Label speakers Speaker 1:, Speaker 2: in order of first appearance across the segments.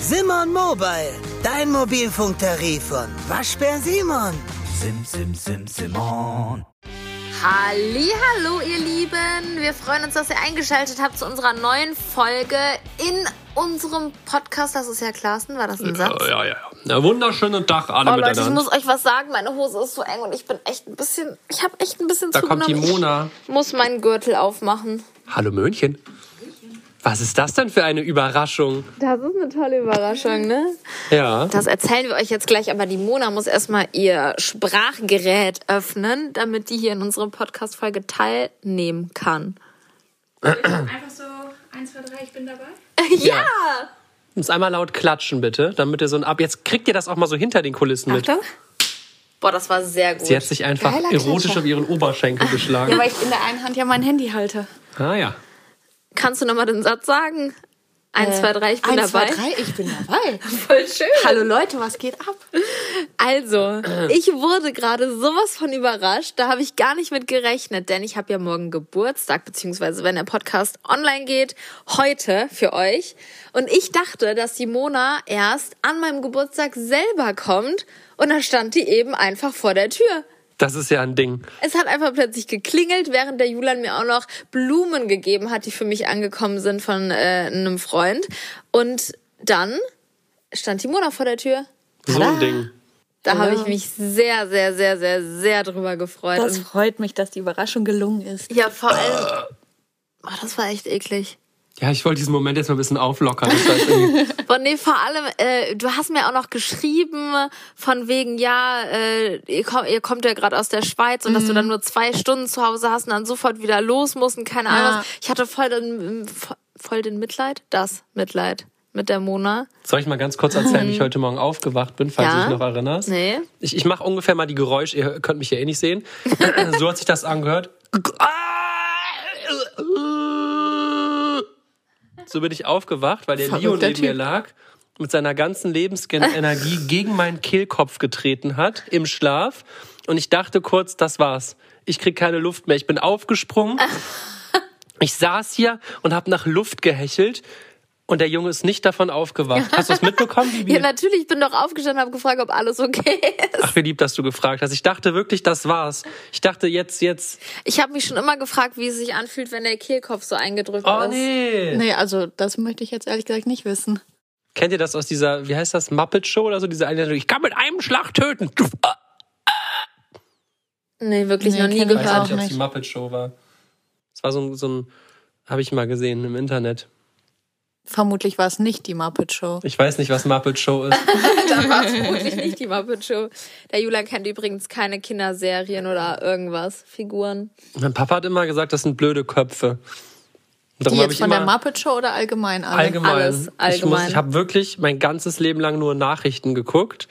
Speaker 1: Simon Mobile, dein Mobilfunktarif von Waschbär Simon.
Speaker 2: Sim, sim, sim, Simon.
Speaker 3: Hallo, ihr Lieben. Wir freuen uns, dass ihr eingeschaltet habt zu unserer neuen Folge in unserem Podcast. Das ist ja Klassen, war das ein Satz?
Speaker 4: Ja, ja, ja. Na, wunderschönen Tag alle
Speaker 3: Oh Leute, ich
Speaker 4: miteinander.
Speaker 3: muss euch was sagen. Meine Hose ist so eng und ich bin echt ein bisschen, ich habe echt ein bisschen
Speaker 4: Da kommt die
Speaker 3: zugenommen.
Speaker 4: Mona.
Speaker 3: Ich muss meinen Gürtel aufmachen.
Speaker 4: Hallo Möhnchen. Was ist das denn für eine Überraschung?
Speaker 3: Das ist eine tolle Überraschung, ne?
Speaker 4: Ja.
Speaker 3: Das erzählen wir euch jetzt gleich, aber die Mona muss erstmal ihr Sprachgerät öffnen, damit die hier in unserer Podcast-Folge teilnehmen kann.
Speaker 5: Einfach so 1, 2, 3, ich bin dabei.
Speaker 4: ja. Muss einmal laut klatschen, bitte, damit ihr so ein Ab. Jetzt kriegt ihr das auch mal so hinter den Kulissen mit.
Speaker 3: Achtung. Boah, das war sehr gut.
Speaker 4: Sie hat sich einfach
Speaker 3: Geiler
Speaker 4: erotisch
Speaker 3: Klatscher.
Speaker 4: auf ihren Oberschenkel geschlagen.
Speaker 5: ich in der einen Hand ja mein Handy halte.
Speaker 4: ah ja.
Speaker 3: Kannst du nochmal den Satz sagen?
Speaker 5: Äh,
Speaker 3: Eins, zwei, drei, ich bin dabei.
Speaker 5: ich bin dabei.
Speaker 3: Voll schön.
Speaker 5: Hallo Leute, was geht ab?
Speaker 3: Also, ich wurde gerade sowas von überrascht. Da habe ich gar nicht mit gerechnet, denn ich habe ja morgen Geburtstag, beziehungsweise wenn der Podcast online geht, heute für euch. Und ich dachte, dass die Mona erst an meinem Geburtstag selber kommt. Und da stand die eben einfach vor der Tür.
Speaker 4: Das ist ja ein Ding.
Speaker 3: Es hat einfach plötzlich geklingelt, während der Julian mir auch noch Blumen gegeben hat, die für mich angekommen sind von äh, einem Freund. Und dann stand die Mona vor der Tür.
Speaker 4: So ein Ding.
Speaker 3: Da habe ich mich sehr, sehr, sehr, sehr, sehr drüber gefreut.
Speaker 6: Das
Speaker 3: Und-
Speaker 6: freut mich, dass die Überraschung gelungen ist.
Speaker 3: ja, vor allem. Oh, das war echt eklig.
Speaker 4: Ja, ich wollte diesen Moment jetzt mal ein bisschen auflockern. Das heißt irgendwie-
Speaker 3: Und nee, vor allem, äh, du hast mir auch noch geschrieben, von wegen, ja, äh, ihr, komm, ihr kommt ja gerade aus der Schweiz und dass du
Speaker 6: Mhm.
Speaker 3: dann nur zwei Stunden zu Hause hast und dann sofort wieder los musst und keine Ahnung.
Speaker 6: Ja.
Speaker 3: was. Ich hatte voll den, voll den Mitleid, das Mitleid mit der Mona.
Speaker 4: Soll ich mal ganz kurz erzählen, wie ich heute Morgen aufgewacht bin, falls
Speaker 3: Ähm. Ja.
Speaker 4: du dich noch erinnerst?
Speaker 3: Nee.
Speaker 4: Ich, ich mache ungefähr mal die Geräusche, ihr könnt mich ja eh nicht sehen. so hat sich das angehört. So bin ich aufgewacht, weil der Leo
Speaker 3: Verrückter
Speaker 4: neben mir
Speaker 3: Typ.
Speaker 4: lag, mit seiner ganzen Lebensenergie gegen meinen Kehlkopf getreten hat im Schlaf. Und ich dachte kurz, das war's. Ich krieg keine Luft mehr. Ich bin aufgesprungen. Ich saß hier und habe nach Luft gehechelt. Und der Junge ist nicht davon aufgewacht. Hast du es mitbekommen, Bibi?
Speaker 3: Ja, natürlich, ich bin doch aufgestanden und habe gefragt, ob alles okay ist.
Speaker 4: Ach, wie lieb, dass du gefragt hast. Ich dachte wirklich, das war's. Ich dachte jetzt, jetzt.
Speaker 3: Ich habe mich schon immer gefragt, wie es sich anfühlt, wenn der Kehlkopf so eingedrückt
Speaker 4: Oh
Speaker 3: ist.
Speaker 4: nee.
Speaker 6: Nee, also das möchte ich jetzt ehrlich gesagt nicht wissen.
Speaker 4: Kennt ihr das aus dieser, wie heißt das, Muppet Show oder so? Diese eine, ich kann mit einem Schlag töten. ah.
Speaker 3: Nee, wirklich
Speaker 6: Nee,
Speaker 3: noch nie
Speaker 6: kenn ich
Speaker 4: Ich weiß
Speaker 3: gehört.
Speaker 6: auch
Speaker 4: nicht, ob es
Speaker 6: nicht.
Speaker 4: die Muppet Show war. Das war so, ein- so ein, habe ich mal gesehen im Internet.
Speaker 6: Vermutlich war es nicht die Muppet Show.
Speaker 4: Ich weiß nicht, was Muppet Show ist.
Speaker 3: Da war es vermutlich nicht die Muppet Show. Der Julian kennt übrigens keine Kinderserien oder irgendwas, Figuren.
Speaker 4: mein Papa hat immer gesagt, das sind blöde Köpfe.
Speaker 6: Die
Speaker 4: Darum habe
Speaker 6: jetzt
Speaker 4: ich
Speaker 6: von der
Speaker 4: immer
Speaker 6: Muppet Show oder allgemein alle?
Speaker 4: allgemein.
Speaker 3: Alles,
Speaker 4: Ich, muss-
Speaker 3: allgemein.
Speaker 4: ich habe wirklich mein ganzes Leben lang nur Nachrichten geguckt.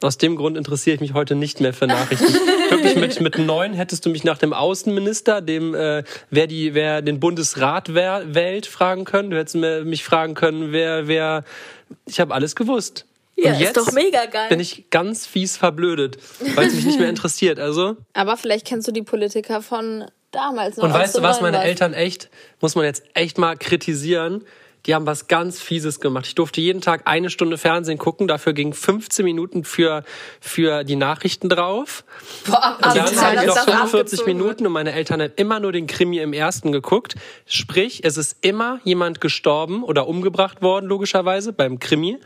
Speaker 4: Aus dem Grund interessiere ich mich heute nicht mehr für Nachrichten. wirklich mit, mit neun hättest du mich nach dem Außenminister, dem äh, wer die wer den Bundesrat wer, wählt, fragen können. Du hättest mir- mich fragen können, wer wer. Ich habe alles gewusst.
Speaker 3: Ja, ist doch mega geil.
Speaker 4: Bin ich ganz fies verblödet, weil es mich nicht mehr interessiert. Also
Speaker 3: Aber vielleicht kennst du die Politiker von damals noch.
Speaker 4: und
Speaker 3: als
Speaker 4: weißt du was,
Speaker 3: neun
Speaker 4: meine
Speaker 3: warst.
Speaker 4: Eltern echt, muss man jetzt echt mal kritisieren, die haben was ganz Fieses gemacht. Ich durfte jeden Tag eine Stunde Fernsehen gucken, dafür gingen 15 Minuten für, für die Nachrichten drauf.
Speaker 3: Boah,
Speaker 4: Und
Speaker 3: aber
Speaker 4: dann
Speaker 3: die
Speaker 4: hatte ich
Speaker 3: haben
Speaker 4: halt noch
Speaker 3: das
Speaker 4: 45
Speaker 3: abgezogen.
Speaker 4: Minuten und meine Eltern haben immer nur den Krimi im Ersten geguckt. Sprich, es ist immer jemand gestorben oder umgebracht worden, logischerweise, beim Krimi.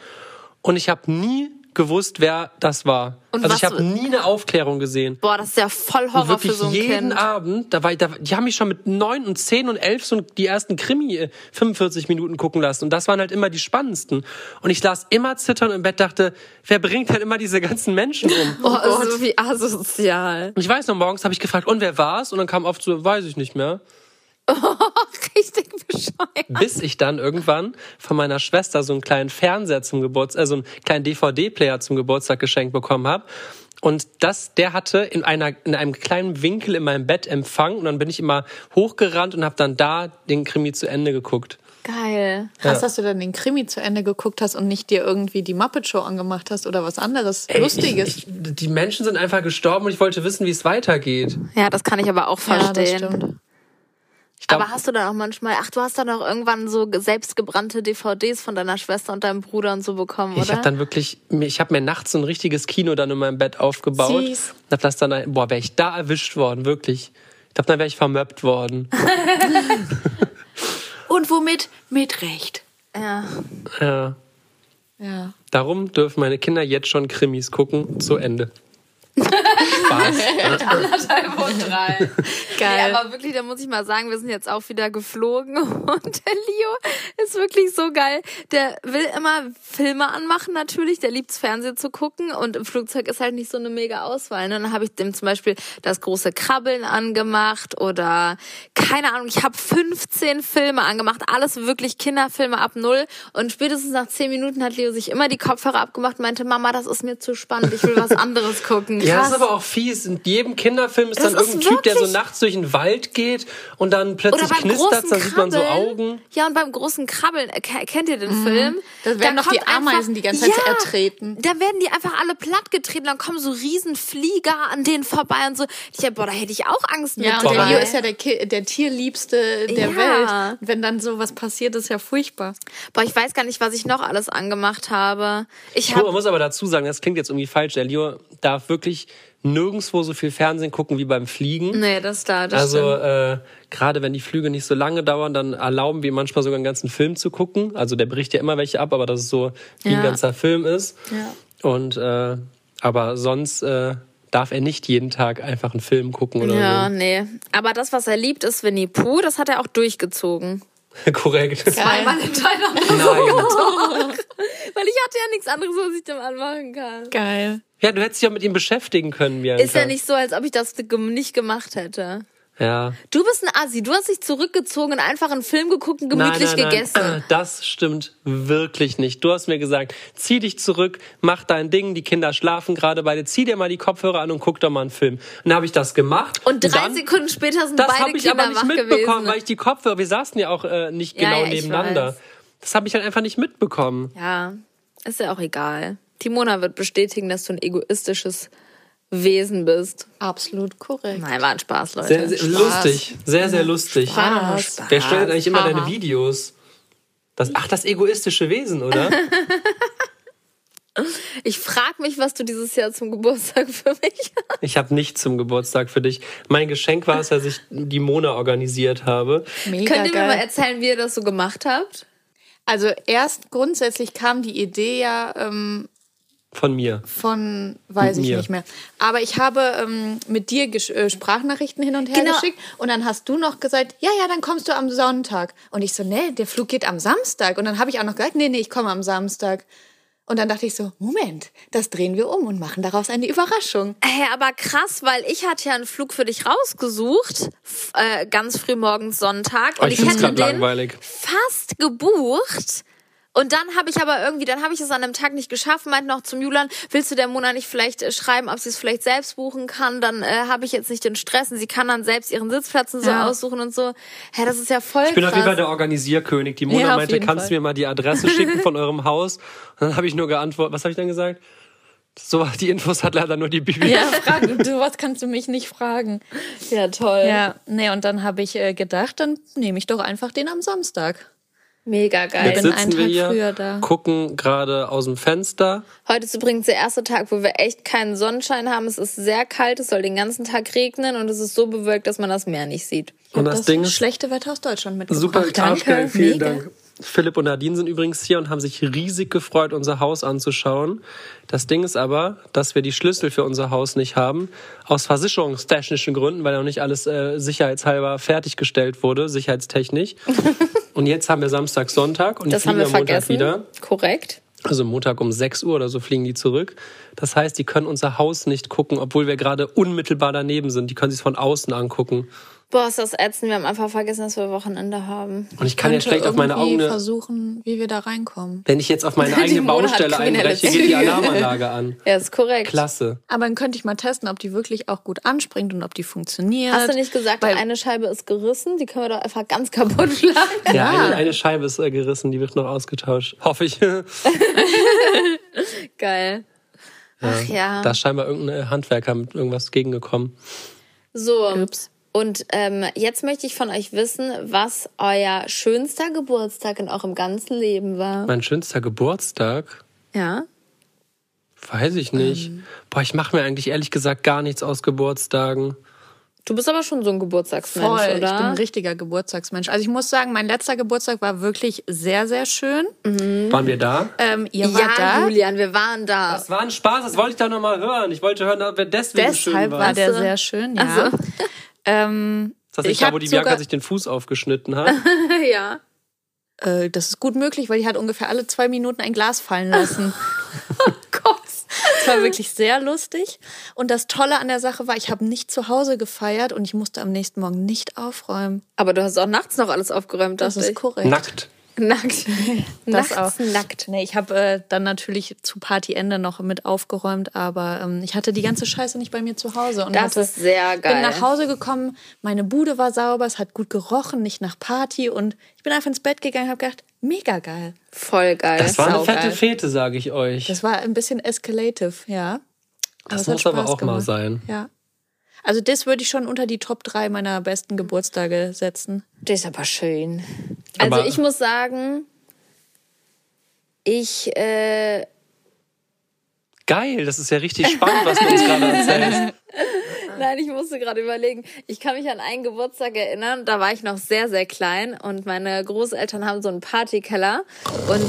Speaker 4: Und ich habe nie gewusst, wer das war.
Speaker 3: Und
Speaker 4: also ich
Speaker 3: was-
Speaker 4: habe nie eine Aufklärung gesehen.
Speaker 3: Boah, das ist ja voll Horror
Speaker 4: wirklich
Speaker 3: für so ein
Speaker 4: jeden
Speaker 3: Kind.
Speaker 4: Abend, da war, da, die haben mich schon mit neun und zehn und elf so die ersten Krimi äh, 45 Minuten gucken lassen und das waren halt immer die spannendsten. Und ich las immer zittern im Bett, dachte, wer bringt halt immer diese ganzen Menschen um?
Speaker 3: Boah, so wie asozial.
Speaker 4: Und ich weiß noch, morgens habe ich gefragt, und wer war's? Und dann kam oft so, weiß ich nicht mehr. Oh,
Speaker 3: Richtig bescheuert.
Speaker 4: Bis ich dann irgendwann von meiner Schwester so einen kleinen Fernseher zum Geburtstag, also einen kleinen DVD-Player zum Geburtstag geschenkt bekommen habe. Und das, der hatte in, einer, in einem kleinen Winkel in meinem Bett Empfang. Und dann bin ich immer hochgerannt und habe dann da den Krimi zu Ende geguckt.
Speaker 3: Geil.
Speaker 6: Krass, dass du dann den Krimi zu Ende geguckt hast und nicht dir irgendwie die Muppet Show angemacht hast oder was anderes Lustiges.
Speaker 4: Ich, ich, die Menschen sind einfach gestorben und ich wollte wissen, wie es weitergeht.
Speaker 3: Ja, das kann ich aber auch
Speaker 6: ja, das
Speaker 3: verstehen.
Speaker 6: stimmt.
Speaker 4: Ich glaub,
Speaker 3: Aber hast du dann auch manchmal, ach, du hast dann auch irgendwann so ge- selbstgebrannte DVDs von deiner Schwester und deinem Bruder und so bekommen,
Speaker 4: ich
Speaker 3: oder?
Speaker 4: habe dann wirklich, mir- ich habe mir nachts so ein richtiges Kino dann in meinem Bett aufgebaut.
Speaker 6: Süß.
Speaker 4: Und hab das dann, ein- boah, wäre ich da erwischt worden, wirklich. Ich glaube, dann wäre ich vermöppt worden.
Speaker 6: Und womit? Mit Recht.
Speaker 3: ja.
Speaker 4: ja. Äh,
Speaker 6: Ja.
Speaker 4: Darum dürfen meine Kinder jetzt schon Krimis gucken, zu Ende. Spaß.
Speaker 3: Anderthalb und drei.
Speaker 6: Geil.
Speaker 3: Nee, aber wirklich, da muss ich mal sagen, wir sind jetzt auch wieder geflogen und der Leo ist wirklich so geil. Der will immer Filme anmachen natürlich, der liebt's Fernsehen zu gucken und im Flugzeug ist halt nicht so eine mega Auswahl. Ne? Und Dann habe ich dem zum Beispiel das große Krabbeln angemacht oder keine Ahnung, ich habe 15 Filme angemacht, alles wirklich Kinderfilme ab null und spätestens nach 10 Minuten hat Leo sich immer die Kopfhörer abgemacht und meinte, Mama, das ist mir zu spannend, ich will was anderes gucken.
Speaker 4: Ja, das
Speaker 3: Krass.
Speaker 4: ist aber auch fies. In jedem Kinderfilm ist
Speaker 3: Das
Speaker 4: dann
Speaker 3: ist
Speaker 4: irgendein Typ, der so
Speaker 3: wirklich-
Speaker 4: nachts durch den Wald geht und dann plötzlich knistert, dann sieht man so Augen.
Speaker 3: Ja, und beim großen Krabbeln, äh, ke- kennt ihr den Film?
Speaker 6: Mhm. Da werden doch die
Speaker 3: kommt
Speaker 6: Ameisen die ganze Zeit zertreten.
Speaker 3: Da werden die einfach alle plattgetreten, dann kommen so Riesenflieger an denen vorbei und so. Ich hab, boah, da hätte ich auch Angst mit.
Speaker 6: Ja, und der
Speaker 4: dabei.
Speaker 6: Leo ist ja der, Ki der Tierliebste der
Speaker 3: Ja.
Speaker 6: Welt. Wenn dann sowas passiert, ist ja furchtbar.
Speaker 3: Boah, ich weiß gar nicht, was ich noch alles angemacht habe. Ich
Speaker 4: Man
Speaker 3: habe
Speaker 4: muss aber dazu sagen, das klingt jetzt irgendwie falsch. Der Leo darf wirklich nirgendwo so viel Fernsehen gucken wie beim Fliegen.
Speaker 3: Nee, das da, das
Speaker 4: Also
Speaker 3: stimmt.
Speaker 4: äh, gerade wenn die Flüge nicht so lange dauern, dann erlauben wir ihm manchmal sogar einen ganzen Film zu gucken. Also der bricht ja immer welche ab, aber dass es so wie
Speaker 3: Ja.
Speaker 4: ein ganzer Film ist.
Speaker 6: Ja.
Speaker 4: Und äh, aber sonst äh, darf er nicht jeden Tag einfach einen Film gucken oder
Speaker 3: Ja, nee. Aber das, was er liebt, ist Winnie Pooh. Das hat er auch durchgezogen.
Speaker 4: so. Korrekt.
Speaker 3: Einmal in Thailand.
Speaker 4: Nein.
Speaker 3: Weil ich hatte ja nichts anderes, was ich dem anmachen kann.
Speaker 6: Geil.
Speaker 4: Ja, du hättest dich ja mit ihm beschäftigen können, Bianca.
Speaker 3: Ist ja nicht so, als ob ich das ge- nicht gemacht hätte.
Speaker 4: Ja.
Speaker 3: Du bist ein Assi. Du hast dich zurückgezogen und einfach einen Film geguckt und gemütlich gegessen.
Speaker 4: Ah, Das stimmt wirklich nicht. Du hast mir gesagt, zieh dich zurück, mach dein Ding, die Kinder schlafen gerade beide, zieh dir mal die Kopfhörer an und guck doch mal einen Film. Und dann habe ich das gemacht.
Speaker 3: Und drei
Speaker 4: dann,
Speaker 3: Sekunden später sind
Speaker 4: Das
Speaker 3: beide
Speaker 4: habe ich
Speaker 3: Kinder
Speaker 4: aber nicht
Speaker 3: wach
Speaker 4: mitbekommen,
Speaker 3: gewesen.
Speaker 4: weil ich die Kopfhörer, wir saßen ja auch äh, nicht
Speaker 3: Ja,
Speaker 4: genau
Speaker 3: ja, ich
Speaker 4: nebeneinander.
Speaker 3: weiß.
Speaker 4: Das habe ich halt einfach nicht mitbekommen.
Speaker 3: ja, ist ja auch egal. Timona wird bestätigen, dass du ein egoistisches Wesen bist.
Speaker 6: Absolut korrekt.
Speaker 3: Nein, war ein Spaß, Leute.
Speaker 4: Sehr, sehr lustig. Sehr, sehr lustig.
Speaker 3: War doch nur Spaß.
Speaker 4: Wer steuert eigentlich immer
Speaker 6: Aha.
Speaker 4: deine Videos? Das, ach, das egoistische Wesen, oder?
Speaker 3: Ich frag mich, was du dieses Jahr zum Geburtstag für mich hast.
Speaker 4: Ich habe nichts zum Geburtstag für dich. Mein Geschenk war es, dass ich die Mona organisiert habe.
Speaker 6: Mega
Speaker 3: Könnt ihr mir
Speaker 6: geil.
Speaker 3: mal erzählen, wie ihr das so gemacht habt?
Speaker 6: also erst grundsätzlich kam die Idee ja ähm,
Speaker 4: Von mir.
Speaker 6: von, weiß
Speaker 4: Mit
Speaker 6: ich
Speaker 4: mir.
Speaker 6: nicht mehr. Aber ich habe ähm, mit dir gesch- äh, Sprachnachrichten hin und her
Speaker 3: Genau.
Speaker 6: geschickt und dann hast du noch gesagt, ja, ja, dann kommst du am Sonntag. Und ich so, nee, der Flug geht am Samstag. Und dann habe ich auch noch gesagt, nee, nee, ich komme am Samstag. Und dann dachte ich so, Moment, das drehen wir um und machen daraus eine Überraschung.
Speaker 3: Hey, aber krass, weil ich hatte ja einen Flug für dich rausgesucht, f- äh, ganz früh morgens Sonntag.
Speaker 4: Oh,
Speaker 3: Und
Speaker 4: ich
Speaker 3: ich,
Speaker 4: find's
Speaker 3: hätte
Speaker 4: grad
Speaker 3: den
Speaker 4: langweilig.
Speaker 3: fast gebucht. Und dann habe ich aber irgendwie, dann habe ich es an dem Tag nicht geschafft, meinte noch zum Julian, willst du der Mona nicht vielleicht äh, schreiben, ob sie es vielleicht selbst buchen kann? Dann äh, habe ich jetzt nicht den Stress und sie kann dann selbst ihren Sitzplatz und so
Speaker 6: Ja.
Speaker 3: aussuchen und so. Hä, das ist ja voll
Speaker 4: Ich bin
Speaker 3: krass.
Speaker 4: auf jeden Fall der Organisierkönig. Die Mona
Speaker 6: Ja, auf
Speaker 4: meinte,
Speaker 6: jeden
Speaker 4: kannst
Speaker 6: Fall.
Speaker 4: du mir mal die Adresse schicken von eurem Haus? Und dann habe ich nur geantwortet, was habe ich dann gesagt? So, die Infos hat leider nur die Bibi.
Speaker 6: Ja, fragen, sowas kannst du mich nicht fragen.
Speaker 3: ja, toll.
Speaker 6: Ja, nee, und dann habe ich äh, gedacht, dann nehme ich doch einfach den am Samstag.
Speaker 3: Mega geil.
Speaker 4: Jetzt
Speaker 6: bin einen
Speaker 4: sitzen wir
Speaker 6: Tag
Speaker 4: hier,
Speaker 6: früher da.
Speaker 4: gucken gerade aus dem Fenster.
Speaker 3: Heute ist übrigens der erste Tag, wo wir echt keinen Sonnenschein haben. Es ist sehr kalt, es soll den ganzen Tag regnen und es ist so bewölkt, dass man das Meer nicht sieht.
Speaker 4: Und das, Ding ist
Speaker 6: schlechte Wetter aus Deutschland mitgebracht.
Speaker 4: super arschgeil. Vielen
Speaker 6: Mega.
Speaker 4: Dank. Philipp und Nadine sind übrigens hier und haben sich riesig gefreut, unser Haus anzuschauen. Das Ding ist aber, dass wir die Schlüssel für unser Haus nicht haben. Aus versicherungstechnischen Gründen, weil noch nicht alles äh, sicherheitshalber fertiggestellt wurde, sicherheitstechnisch. und jetzt haben wir Samstag, Sonntag und
Speaker 3: Das
Speaker 4: die
Speaker 3: haben
Speaker 4: fliegen
Speaker 3: wir
Speaker 4: am Montag
Speaker 3: vergessen.
Speaker 4: wieder.
Speaker 3: Korrekt.
Speaker 4: Also Montag um 6 Uhr oder so fliegen die zurück. Das heißt, die können unser Haus nicht gucken, obwohl wir gerade unmittelbar daneben sind. Die können sich von außen angucken.
Speaker 3: Boah, ist das ätzend. Wir haben einfach vergessen, dass wir Wochenende haben.
Speaker 4: Und ich kann jetzt schlecht auf meine Augen ne? eine
Speaker 6: versuchen, wie wir da reinkommen.
Speaker 4: Wenn ich jetzt auf meine eigene
Speaker 3: Mona hat
Speaker 4: Baustelle
Speaker 3: kriminelle
Speaker 4: einbreche, geht die Alarmanlage an.
Speaker 3: Ja, ist korrekt.
Speaker 4: Klasse.
Speaker 6: Aber dann könnte ich mal testen, ob die wirklich auch gut anspringt und ob die funktioniert.
Speaker 3: Hast du nicht gesagt,
Speaker 6: Weil-
Speaker 3: eine Scheibe ist gerissen? Die können wir doch einfach ganz kaputt schlagen.
Speaker 4: Ja, eine, eine Scheibe ist äh, gerissen, die wird noch ausgetauscht. Hoffe ich.
Speaker 3: Geil. Ach ja.
Speaker 4: äh, Da ist scheinbar irgendein Handwerker mit irgendwas gegengekommen.
Speaker 3: So, Und ähm, jetzt möchte ich von euch wissen, was euer schönster Geburtstag in eurem ganzen Leben war.
Speaker 4: Mein schönster Geburtstag?
Speaker 3: Ja.
Speaker 4: Weiß ich nicht.
Speaker 3: Ähm.
Speaker 4: Boah, ich mache mir eigentlich ehrlich gesagt gar nichts aus Geburtstagen.
Speaker 3: Du bist aber schon so ein Geburtstagsmensch,
Speaker 6: Voll, ich bin
Speaker 3: oder?
Speaker 6: ein richtiger Geburtstagsmensch. Also ich muss sagen, mein letzter Geburtstag war wirklich sehr, sehr schön.
Speaker 4: Waren wir da?
Speaker 6: Ähm, ihr
Speaker 3: Mhm. ja,
Speaker 6: wart da.
Speaker 3: Julian, wir waren da.
Speaker 4: Das war ein Spaß, das wollte ich da nochmal hören. Ich wollte hören, ob er deswegen schön
Speaker 6: Deshalb
Speaker 4: war.
Speaker 6: war der
Speaker 3: Achso.
Speaker 6: sehr schön, ja. Ähm,
Speaker 4: Ist das nicht da,
Speaker 6: hab
Speaker 4: wo die Bianca
Speaker 6: sogar-
Speaker 4: sich den Fuß aufgeschnitten hat?
Speaker 3: ja.
Speaker 6: äh, das ist gut möglich, weil die hat ungefähr alle zwei Minuten ein Glas fallen lassen.
Speaker 3: Gott.
Speaker 6: Das war wirklich sehr lustig. Und das Tolle an der Sache war, ich habe nicht zu Hause gefeiert und ich musste am nächsten Morgen nicht aufräumen.
Speaker 3: Aber du hast auch nachts noch alles aufgeräumt,
Speaker 6: Das
Speaker 3: dachte
Speaker 6: ist
Speaker 3: ich.
Speaker 6: korrekt.
Speaker 4: Nackt.
Speaker 3: Nackt.
Speaker 6: Das
Speaker 3: nachts
Speaker 6: auch.
Speaker 3: nackt.
Speaker 6: Nee, ich habe äh, dann natürlich zu Partyende noch mit aufgeräumt, aber ähm, ich hatte die ganze Scheiße nicht bei mir zu Hause. Und
Speaker 3: Das
Speaker 6: hatte,
Speaker 3: ist sehr geil.
Speaker 6: Bin nach Hause gekommen, meine Bude war sauber, es hat gut gerochen, nicht nach Party und ich bin einfach ins Bett gegangen und habe gedacht, mega geil.
Speaker 3: Voll geil.
Speaker 4: Das war eine
Speaker 6: saugeil.
Speaker 4: fette Fete, sage ich euch.
Speaker 6: Das war ein bisschen escalative, ja.
Speaker 4: Das
Speaker 6: es hat
Speaker 4: muss aber
Speaker 6: Spaß
Speaker 4: auch mal sein.
Speaker 6: Ja. Also das würde ich schon unter die Top 3 meiner besten Geburtstage setzen.
Speaker 3: Das ist aber schön. Also
Speaker 4: Aber-
Speaker 3: ich muss sagen, ich, äh,
Speaker 4: Geil, das ist ja richtig spannend, was du uns gerade erzählst.
Speaker 3: nein, ich musste gerade überlegen. Ich kann mich an einen Geburtstag erinnern, da war ich noch sehr, sehr klein und meine Großeltern haben so einen Partykeller und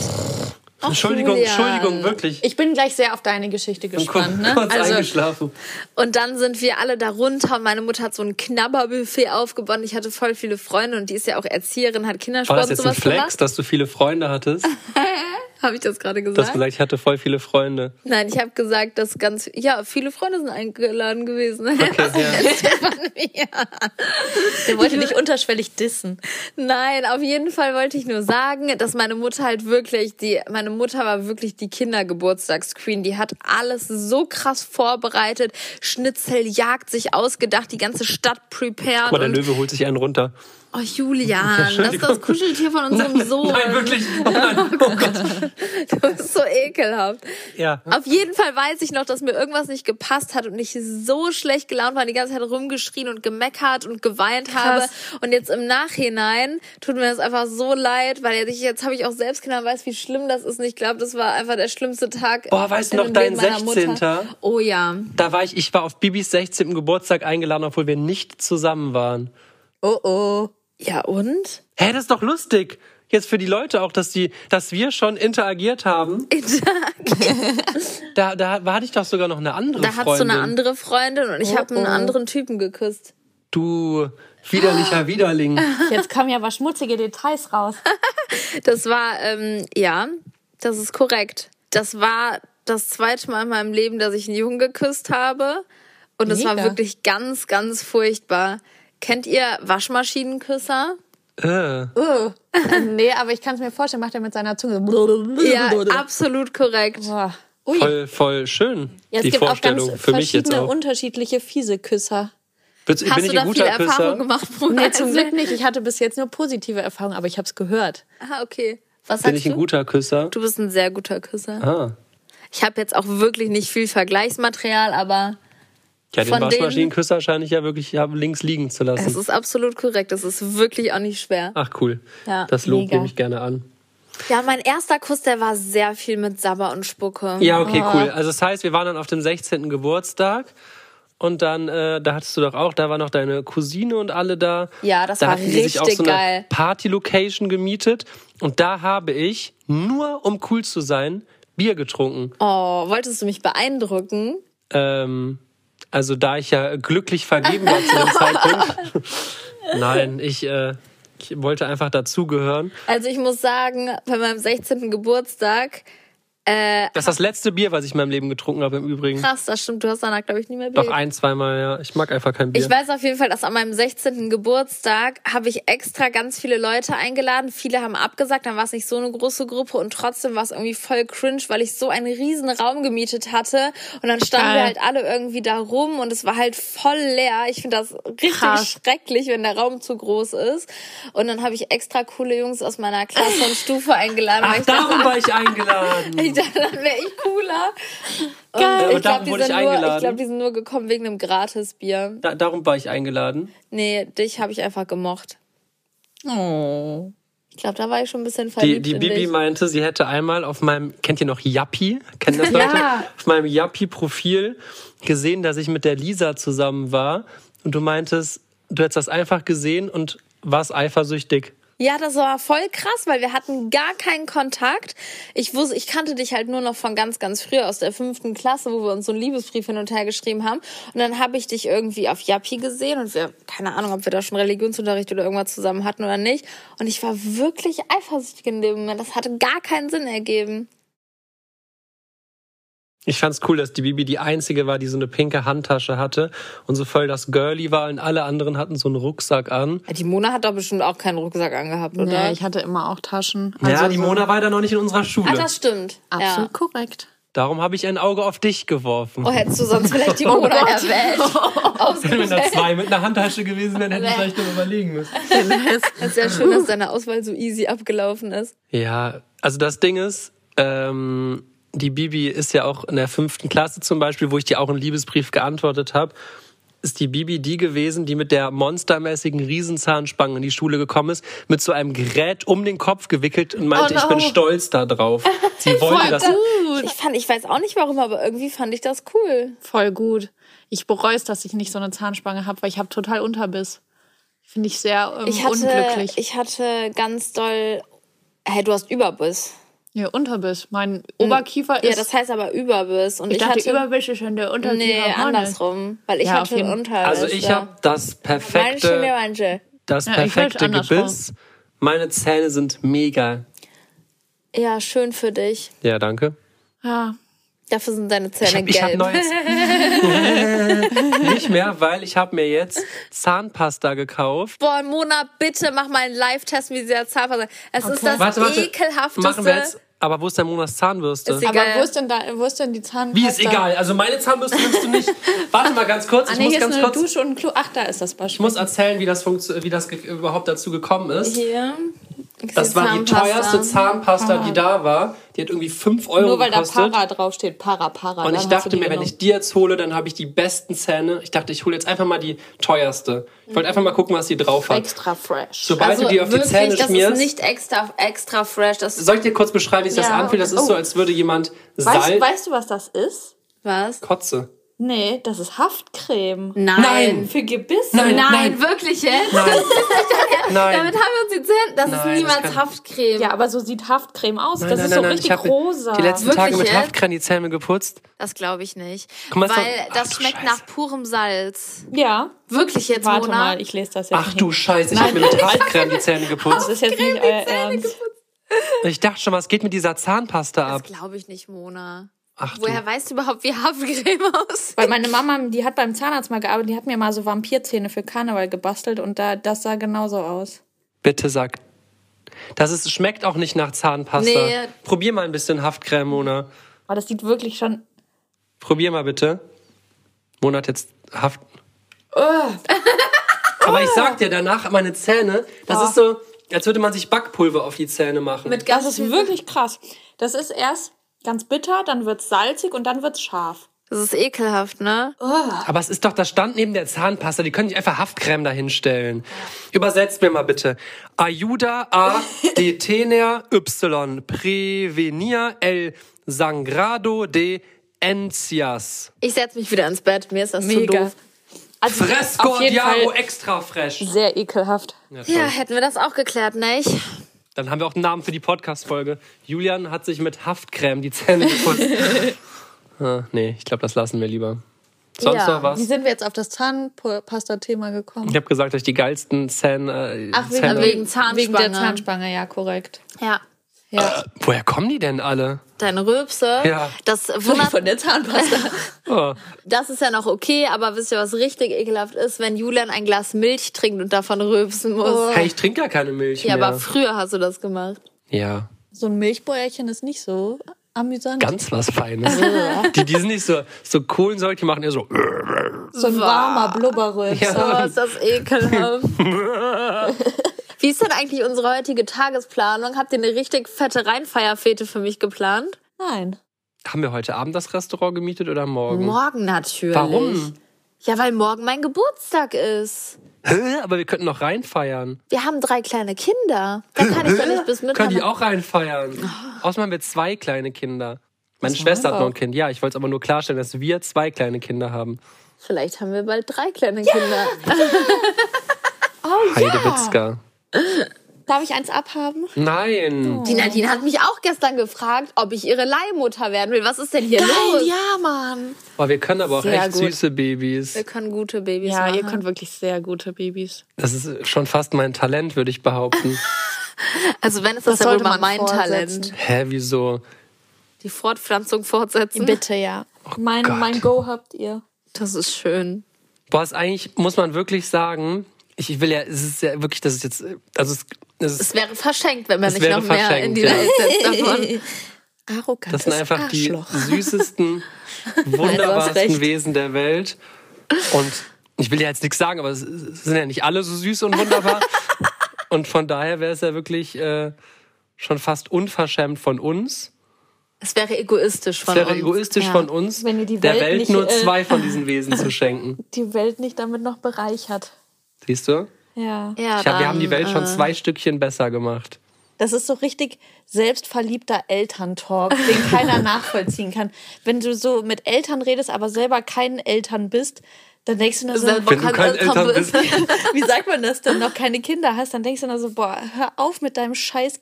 Speaker 3: Ach,
Speaker 4: Entschuldigung,
Speaker 3: Julian.
Speaker 4: Entschuldigung, wirklich.
Speaker 6: Ich bin gleich sehr auf deine Geschichte
Speaker 4: bin kurz,
Speaker 6: gespannt. ne?
Speaker 4: kurz
Speaker 6: also,
Speaker 4: eingeschlafen.
Speaker 3: Und dann sind wir alle darunter und meine Mutter hat so ein Knabberbuffet aufgebaut. Ich hatte voll viele Freunde und die ist ja auch Erzieherin, hat
Speaker 4: War
Speaker 3: Kindersport
Speaker 4: das
Speaker 3: und
Speaker 4: jetzt ein
Speaker 3: sowas
Speaker 4: Flex,
Speaker 3: gemacht.
Speaker 4: dass du viele Freunde hattest?
Speaker 3: Habe ich das gerade
Speaker 4: Du hast
Speaker 3: gesagt?
Speaker 4: gesagt, ich hatte voll viele Freunde.
Speaker 3: Nein, ich habe gesagt, dass ganz ja viele Freunde sind eingeladen gewesen.
Speaker 4: Okay, ja.
Speaker 6: der wollte dich unterschwellig dissen.
Speaker 3: Nein, auf jeden Fall wollte ich nur sagen, dass meine Mutter halt wirklich die, meine Mutter war wirklich die Kindergeburtstagsqueen. Die hat alles so krass vorbereitet, Schnitzel, Jagd sich ausgedacht, die ganze Stadt prepared.
Speaker 4: Aber der
Speaker 3: und,
Speaker 4: Löwe holt sich einen runter.
Speaker 3: oh Julian, das ist das Kuscheltier von unserem Sohn.
Speaker 4: Nein, wirklich. Oh nein.
Speaker 3: Das ist so ekelhaft.
Speaker 4: Ja.
Speaker 3: Auf jeden Fall weiß ich noch, dass mir irgendwas nicht gepasst hat und ich so schlecht gelaunt war, und die ganze Zeit rumgeschrien und gemeckert und geweint habe. Und jetzt im Nachhinein tut mir das einfach so leid, weil jetzt, jetzt habe ich auch selbst Kinder und weiß, wie schlimm das ist. Und ich glaube, das war einfach der schlimmste Tag.
Speaker 4: Boah, weißt du
Speaker 3: in
Speaker 4: noch
Speaker 3: dem
Speaker 4: deinen
Speaker 3: Leben meiner
Speaker 4: 16.?
Speaker 3: Mutter. Oh ja.
Speaker 4: Da war ich, ich war auf Bibis 16. Geburtstag eingeladen, obwohl wir nicht zusammen waren.
Speaker 6: Oh oh.
Speaker 3: Ja und?
Speaker 4: Hä, das ist doch lustig. Jetzt für die Leute auch, dass die, dass wir schon interagiert haben. Da, da war- hatte ich doch sogar noch eine andere
Speaker 3: Da
Speaker 4: Freundin.
Speaker 3: hast du eine andere Freundin
Speaker 6: Oh,
Speaker 3: und ich habe einen anderen Typen geküsst.
Speaker 4: Du
Speaker 3: Ah.
Speaker 4: widerlicher Widerling.
Speaker 6: Jetzt kamen ja aber schmutzige Details raus.
Speaker 3: Das war, ähm, ja, das ist korrekt. Das war das zweite Mal in meinem Leben, dass ich einen Jungen geküsst habe. Und es war
Speaker 6: Mega.
Speaker 3: wirklich ganz, ganz furchtbar. Kennt ihr Waschmaschinenküsser?
Speaker 4: Äh.
Speaker 6: Uh. nee, aber ich kann es mir vorstellen, macht er mit seiner Zunge. so
Speaker 3: Ja, absolut korrekt.
Speaker 6: Boah. Ui.
Speaker 4: Voll, voll schön.
Speaker 6: Ja, es
Speaker 4: die
Speaker 6: gibt auch ganz
Speaker 4: Vorstellung für mich jetzt
Speaker 6: verschiedene,
Speaker 4: auch.
Speaker 6: unterschiedliche fiese Küsser.
Speaker 4: Bist, bin
Speaker 3: Hast
Speaker 4: ich
Speaker 3: du da
Speaker 4: ein
Speaker 3: viele
Speaker 4: guter
Speaker 3: Erfahrungen
Speaker 4: Küsser?
Speaker 3: gemacht, Bruder?
Speaker 6: Nee, zum Glück nicht. Ich hatte bis jetzt nur positive Erfahrungen, aber ich habe es gehört.
Speaker 3: Ah, okay. Was
Speaker 4: Bin
Speaker 3: sagst
Speaker 4: ich ein
Speaker 3: du?
Speaker 4: guter Küsser?
Speaker 3: Du bist ein sehr guter Küsser.
Speaker 4: Ah.
Speaker 3: Ich habe jetzt auch wirklich nicht viel Vergleichsmaterial, aber
Speaker 4: Ja, den
Speaker 3: Von denen-
Speaker 4: Waschmaschinenküsser scheine ich ja wirklich ja, links liegen zu
Speaker 3: es
Speaker 4: lassen.
Speaker 3: ist absolut korrekt. Es ist wirklich auch nicht schwer.
Speaker 4: Ach cool.
Speaker 3: Ja,
Speaker 4: das Lob
Speaker 6: mega.
Speaker 4: nehme ich gerne an.
Speaker 3: Ja, mein erster Kuss, der war sehr viel mit Sabber und Spucke.
Speaker 4: Ja, okay,
Speaker 3: Ah.
Speaker 4: cool. Also das heißt, wir waren dann auf dem 16. Geburtstag und dann, äh, da hattest du doch auch, da war noch deine Cousine und alle da.
Speaker 3: Ja, das
Speaker 4: da
Speaker 3: war
Speaker 4: hatten die sich auch
Speaker 3: richtig
Speaker 4: so eine
Speaker 3: geil.
Speaker 4: Party-Location gemietet und da habe ich, nur um cool zu sein, Bier getrunken.
Speaker 3: Oh, wolltest du mich beeindrucken?
Speaker 4: Ähm, also da ich ja glücklich vergeben war zu dem Zeitpunkt. Nein, ich, äh, ich wollte einfach dazugehören.
Speaker 3: Also ich muss sagen, bei meinem 16. Geburtstag,
Speaker 4: Das ist das letzte Bier, was ich in meinem Leben getrunken habe im Übrigen.
Speaker 3: krass, das stimmt, du hast danach, glaube ich, nie mehr Bier.
Speaker 4: Doch ein, zweimal, ja. Ich mag einfach kein Bier.
Speaker 3: Ich weiß auf jeden Fall, dass an meinem 16. Geburtstag habe ich extra ganz viele Leute eingeladen. Viele haben abgesagt, dann war es nicht so eine große Gruppe und trotzdem war es irgendwie voll cringe, weil ich so einen riesen Raum gemietet hatte und dann standen wir
Speaker 6: Geil.
Speaker 3: halt alle irgendwie da rum und es war halt voll leer. Ich finde das richtig
Speaker 6: Krass.
Speaker 3: schrecklich, wenn der Raum zu groß ist. Und dann habe ich extra coole Jungs aus meiner Klasse und Stufe eingeladen. weil
Speaker 4: Ach,
Speaker 3: ich dachte,
Speaker 4: darum war ich
Speaker 3: ich dachte,
Speaker 4: eingeladen.
Speaker 3: dann wäre ich cooler. Und
Speaker 4: Aber
Speaker 3: ich glaube,
Speaker 4: darum
Speaker 3: die,
Speaker 4: wurde
Speaker 3: sind
Speaker 4: ich
Speaker 3: nur- ich
Speaker 4: eingeladen.
Speaker 3: glaub, die sind nur gekommen wegen einem Gratisbier.
Speaker 4: Da, darum war ich eingeladen.
Speaker 3: Nee, dich habe ich einfach gemocht.
Speaker 6: Oh.
Speaker 3: Ich glaube, da war ich schon ein bisschen
Speaker 4: Die,
Speaker 3: verliebt
Speaker 4: die
Speaker 3: in
Speaker 4: Bibi
Speaker 3: dich.
Speaker 4: meinte, sie hätte einmal auf meinem, kennt ihr noch Yappi? Kennen das Leute? Auf meinem Yappi-Profil gesehen, dass ich mit der Lisa zusammen war. Und du meintest, du hättest das einfach gesehen und warst eifersüchtig.
Speaker 3: Ja, das war voll krass, weil wir hatten gar keinen Kontakt. Ich wusste, ich kannte dich halt nur noch von ganz, ganz früher aus der fünften Klasse, wo wir uns so einen Liebesbrief hin und her geschrieben haben. Und dann habe ich dich irgendwie auf Yappi gesehen und wir, keine Ahnung, ob wir da schon Religionsunterricht oder irgendwas zusammen hatten oder nicht. Und ich war wirklich eifersüchtig in dem Moment. Das hatte gar keinen Sinn ergeben.
Speaker 4: Ich fand's cool, dass die Bibi die einzige war, die so eine pinke Handtasche hatte und so voll das Girly war und alle anderen hatten so einen Rucksack an.
Speaker 3: Die Mona hat doch bestimmt auch keinen Rucksack angehabt, oder?
Speaker 6: Ja, ich hatte immer auch Taschen.
Speaker 4: ja,
Speaker 6: Also
Speaker 4: die
Speaker 6: so
Speaker 4: Mona war da noch nicht in unserer
Speaker 3: Ach,
Speaker 4: Schule.
Speaker 3: das stimmt. Ja.
Speaker 6: Absolut korrekt.
Speaker 4: Darum habe ich ein Auge auf dich geworfen.
Speaker 3: Oh, hättest du sonst vielleicht die Mona erwähnt?
Speaker 4: Wenn da
Speaker 3: Ausgestellt.
Speaker 4: zwei mit einer Handtasche gewesen wären, hätte ich vielleicht noch überlegen müssen.
Speaker 3: Es ist ja schön, dass deine Auswahl so easy abgelaufen ist.
Speaker 4: Ja, also das Ding ist, ähm, die Bibi ist ja auch in der fünften Klasse zum Beispiel, wo ich dir auch einen Liebesbrief geantwortet habe, ist die Bibi die gewesen, die mit der monstermäßigen Riesenzahnspange in die Schule gekommen ist, mit so einem Gerät um den Kopf gewickelt und meinte,
Speaker 6: Oh no.
Speaker 4: ich bin stolz da drauf. Sie wollte das.
Speaker 6: Gut.
Speaker 3: Ich fand, ich weiß auch nicht warum, aber irgendwie fand ich das cool.
Speaker 6: Voll gut. Ich bereue es, dass ich nicht so eine Zahnspange habe, weil ich habe total Unterbiss. Finde ich sehr ähm,
Speaker 3: Ich hatte,
Speaker 6: unglücklich.
Speaker 3: ich hatte ganz doll. Hey, du hast Überbiss.
Speaker 6: ja, Unterbiss. Mein Oberkiefer
Speaker 3: Ja,
Speaker 6: ist.
Speaker 3: das heißt aber Überbiss. Und ich,
Speaker 6: ich dachte,
Speaker 3: hatte
Speaker 6: Überbiss ist schon der Unterkiefer.
Speaker 3: Nee,
Speaker 6: vorne.
Speaker 3: andersrum. Weil ich
Speaker 6: Ja, auf
Speaker 3: hatte
Speaker 6: jeden-
Speaker 3: Unterbiss.
Speaker 4: Also ich
Speaker 3: ja.
Speaker 4: habe das
Speaker 3: Manche, mir
Speaker 4: perfekte,
Speaker 3: manche.
Speaker 4: das
Speaker 6: Ja, ich wollte
Speaker 4: perfekte
Speaker 6: andersrum.
Speaker 4: Gebiss. Meine Zähne sind mega.
Speaker 3: Ja, schön für dich.
Speaker 4: Ja, danke.
Speaker 6: Ja.
Speaker 3: Dafür sind deine Zähne
Speaker 4: Ich habe
Speaker 3: gelb.
Speaker 4: neues. Nicht mehr, weil ich habe mir jetzt Zahnpasta gekauft.
Speaker 3: Boah, Mona, bitte mach mal einen Live-Test, wie sie der Zahnpasta. Es ist das
Speaker 4: Warte, warte.
Speaker 3: ekelhafteste.
Speaker 4: Machen wir jetzt. Aber wo ist der Monas Zahnbürste?
Speaker 3: Ist egal.
Speaker 6: Aber wo ist denn, da, wo ist denn die Zahnpasta?
Speaker 4: Wie ist egal. Also meine Zahnbürste nimmst du nicht. Warte mal ganz kurz.
Speaker 6: Ah,
Speaker 4: Ich
Speaker 6: nee,
Speaker 4: muss
Speaker 6: hier ist
Speaker 4: ganz
Speaker 6: eine
Speaker 4: kurz.
Speaker 6: Dusche und ein Klo. Ach, da ist das
Speaker 4: Ich
Speaker 6: Beispiel.
Speaker 4: muss erzählen, wie das funktio- wie das ge- überhaupt dazu gekommen ist.
Speaker 3: Hier. ist
Speaker 4: das war die
Speaker 3: Zahnpasta.
Speaker 4: teuerste Zahnpasta, die da war. Die hat irgendwie 5 Euro
Speaker 6: Nur weil da
Speaker 4: gekostet.
Speaker 6: Para draufsteht. Para, Para.
Speaker 3: ne?
Speaker 4: und
Speaker 6: dann
Speaker 4: ich
Speaker 6: hast du
Speaker 4: dachte
Speaker 6: die
Speaker 4: mir, wenn
Speaker 6: genommen.
Speaker 4: ich die jetzt hole, dann habe ich die besten Zähne. Ich dachte, ich hole jetzt einfach mal die teuerste. Ich wollte einfach mal gucken, was die drauf hat.
Speaker 6: Extra fresh.
Speaker 4: Sobald du die auf die
Speaker 3: Also wirklich,
Speaker 4: Zähne
Speaker 3: das
Speaker 4: schmierst.
Speaker 3: ist nicht extra, extra fresh. Das ist
Speaker 4: Soll ich dir kurz beschreiben, wie sich das
Speaker 6: Ja.
Speaker 4: anfühlt? Das ist
Speaker 6: Oh.
Speaker 4: so, als würde jemand Salz...
Speaker 6: Weißt, weißt du, was das ist?
Speaker 3: was?
Speaker 4: Kotze.
Speaker 6: Nee, das ist Haftcreme.
Speaker 3: Nein.
Speaker 6: Für Gebisse.
Speaker 3: Nein,
Speaker 4: nein.
Speaker 3: wirklich jetzt?
Speaker 4: Nein.
Speaker 3: Damit
Speaker 4: Nein.
Speaker 3: haben wir uns die Zähne. Das
Speaker 4: Nein,
Speaker 3: ist niemals
Speaker 4: das kann-
Speaker 3: Haftcreme.
Speaker 6: Ja, aber so sieht Haftcreme aus.
Speaker 4: Nein,
Speaker 6: das
Speaker 4: nein,
Speaker 6: ist
Speaker 4: nein,
Speaker 6: so
Speaker 4: nein. Ich
Speaker 6: richtig
Speaker 4: hab
Speaker 6: rosa.
Speaker 4: Die letzten
Speaker 3: Wirklich
Speaker 4: Tage mit
Speaker 3: jetzt?
Speaker 4: Haftcreme die Zähne geputzt.
Speaker 3: Das glaube ich nicht.
Speaker 4: Guck mal, ist
Speaker 3: Weil
Speaker 4: doch- Ach,
Speaker 3: das
Speaker 4: du
Speaker 3: schmeckt
Speaker 4: Scheiße.
Speaker 3: nach purem Salz.
Speaker 6: ja.
Speaker 3: Wirklich jetzt,
Speaker 6: Warte
Speaker 3: Mona?
Speaker 6: mal, ich lese das jetzt.
Speaker 4: Ach
Speaker 6: nicht.
Speaker 4: du Scheiße, ich habe mir mit Haftcreme die Zähne
Speaker 6: Das
Speaker 4: geputzt.
Speaker 6: ist jetzt nicht äh, ähm, euer Ernst.
Speaker 4: Ich dachte schon, was geht mit dieser Zahnpasta
Speaker 3: Das
Speaker 4: ab?
Speaker 3: glaube ich nicht, Mona.
Speaker 4: Ach du.
Speaker 3: Woher weißt du überhaupt, wie Haftcreme aussieht?
Speaker 6: Weil meine Mama, die hat beim Zahnarzt mal gearbeitet, die hat mir mal so Vampirzähne für Karneval gebastelt und da, das sah genauso aus.
Speaker 4: Bitte sag... Das ist, schmeckt auch nicht nach Zahnpasta.
Speaker 3: Nee.
Speaker 4: Probier mal ein bisschen Haftcreme, Mona.
Speaker 6: Aber das sieht wirklich schon.
Speaker 4: Probier mal bitte. Mona hat jetzt Haft...
Speaker 6: Oh.
Speaker 4: Aber ich sag dir, danach meine Zähne, das ist so, als würde man sich Backpulver auf die Zähne machen.
Speaker 6: Das ist wirklich krass. Das ist erst ganz bitter, dann wird's salzig und dann wird's scharf.
Speaker 3: Das ist ekelhaft, ne?
Speaker 4: Aber es ist doch, das stand neben der Zahnpasta. Die können nicht einfach Haftcreme dahinstellen. Übersetzt mir mal bitte. Ayuda a detener y prevenir el sangrado de encias.
Speaker 3: Ich setz mich wieder ins Bett. Mir ist das zu doof.
Speaker 6: Also
Speaker 4: Fresco
Speaker 6: auf jeden
Speaker 4: diabo
Speaker 6: Fall
Speaker 4: extra fresh.
Speaker 6: sehr ekelhaft.
Speaker 3: Ja, hätten wir das auch geklärt, ne? nicht?
Speaker 4: Dann haben wir auch einen Namen für die Podcast-Folge. Julian hat sich mit Haftcreme die Zähne geputzt. ah, nee, ich glaube, das lassen wir lieber. Sonst
Speaker 3: Ja,
Speaker 4: noch was?
Speaker 6: Wie sind wir jetzt auf das Zahnpasta-Thema gekommen?
Speaker 4: Ich habe gesagt, dass ich die geilsten Zähne... Äh,
Speaker 6: Ach, wegen,
Speaker 4: Zähne...
Speaker 3: wegen Zahnspange.
Speaker 6: Wegen der Zahnspange, ja, korrekt.
Speaker 3: Ja.
Speaker 6: Ja.
Speaker 4: Woher kommen die denn alle?
Speaker 3: Deine Rülpse.
Speaker 4: Ja.
Speaker 3: Das wundert
Speaker 6: der Zahnpasta.
Speaker 4: Oh.
Speaker 3: Das ist ja noch okay, aber wisst ihr, was richtig ekelhaft ist, wenn Julian ein Glas Milch trinkt und davon rülpsen muss?
Speaker 4: Hey, ich trinke gar keine Milch
Speaker 3: Oh. ja,
Speaker 4: mehr.
Speaker 3: aber früher hast du das gemacht.
Speaker 4: ja,
Speaker 6: so ein Milchbäuerchen ist nicht so amüsant.
Speaker 4: ganz was Feines. die, die sind nicht so, so Kohlensäug, die machen eher so. äh.
Speaker 6: so ein warmer Blubberrülpser.
Speaker 3: Oh, ist das ekelhaft. Wie ist denn eigentlich unsere heutige Tagesplanung? Habt ihr eine richtig fette Reinfeierfete für mich geplant?
Speaker 6: Nein.
Speaker 4: Haben wir heute Abend das Restaurant gemietet oder morgen?
Speaker 3: Morgen natürlich.
Speaker 4: Warum?
Speaker 3: Ja, weil morgen mein Geburtstag ist.
Speaker 4: Hä? Aber wir könnten noch reinfeiern.
Speaker 3: Wir haben drei kleine Kinder. Da kann ich doch nicht bis
Speaker 4: Können die
Speaker 3: Mitternacht.
Speaker 4: auch reinfeiern?
Speaker 6: Oh.
Speaker 4: Außerdem haben wir zwei kleine Kinder. Meine Schwester hat noch ein Kind. Ja, ich wollte es aber nur klarstellen, dass wir zwei kleine Kinder haben.
Speaker 3: Vielleicht haben wir bald drei kleine Kinder.
Speaker 4: Heidewitzka.
Speaker 6: Oh, Darf ich eins abhaben? Oh.
Speaker 4: Nein.
Speaker 3: Die Nadine hat mich auch gestern gefragt, ob ich ihre Leihmutter werden will. Was ist denn hier los?
Speaker 6: ja, Mann.
Speaker 4: Oh, wir können aber auch
Speaker 6: Sehr
Speaker 4: echt
Speaker 6: gut.
Speaker 4: süße Babys.
Speaker 3: Wir können gute Babys
Speaker 6: Ja,
Speaker 3: machen.
Speaker 6: ihr könnt wirklich sehr gute Babys.
Speaker 4: Das ist schon fast mein Talent, würde ich behaupten.
Speaker 3: also wenn, ist das, ja
Speaker 6: Das
Speaker 3: wohl
Speaker 6: sollte
Speaker 3: mal
Speaker 6: man
Speaker 3: mein
Speaker 6: fortsetzen.
Speaker 3: Talent.
Speaker 4: Hä, wieso?
Speaker 3: Die Fortpflanzung fortsetzen.
Speaker 6: Bitte, ja. mein,
Speaker 4: Oh Gott.
Speaker 6: mein Go habt ihr.
Speaker 3: Das ist schön.
Speaker 4: Boah, ist eigentlich, muss man wirklich sagen, ich, ich will ja, es ist ja wirklich, das ist jetzt, also es, es ist,
Speaker 3: Es wäre verschenkt, wenn man
Speaker 4: Es
Speaker 3: nicht noch
Speaker 4: wäre
Speaker 3: mehr in
Speaker 4: verschenkt,
Speaker 3: die Welt
Speaker 4: ja.
Speaker 3: setzt davon.
Speaker 6: Arrogantes
Speaker 4: das sind einfach die
Speaker 6: Arschloch.
Speaker 4: süßesten, wunderbarsten
Speaker 3: recht.
Speaker 4: Wesen der Welt. Und ich will ja jetzt nichts sagen, aber es es sind ja nicht alle so süß und wunderbar. Und von daher wäre es ja wirklich äh, schon fast unverschämt von uns.
Speaker 3: Es wäre egoistisch
Speaker 4: Es
Speaker 3: von
Speaker 4: wäre
Speaker 3: uns.
Speaker 4: egoistisch von uns,
Speaker 6: Wenn ihr die
Speaker 4: der
Speaker 6: Welt
Speaker 4: Welt
Speaker 6: nicht,
Speaker 4: nur
Speaker 6: äh,
Speaker 4: zwei von diesen Wesen zu schenken.
Speaker 6: Die Welt nicht damit noch bereichert.
Speaker 4: Siehst du?
Speaker 6: Ja.
Speaker 3: Ja,
Speaker 4: Ich hab, wir haben
Speaker 3: dann,
Speaker 4: die Welt schon
Speaker 3: äh,
Speaker 4: zwei Stückchen besser gemacht.
Speaker 6: Das ist so richtig selbstverliebter Elterntalk, den keiner nachvollziehen kann. Wenn du so mit Eltern redest, aber selber kein Eltern bist, dann denkst du nur so,
Speaker 3: Selber
Speaker 4: Wenn du kein
Speaker 3: Komm, komm,
Speaker 4: Eltern bist,
Speaker 6: wie sagt man das denn, noch keine Kinder hast, dann denkst du nur so, boah, hör auf mit deinem scheiß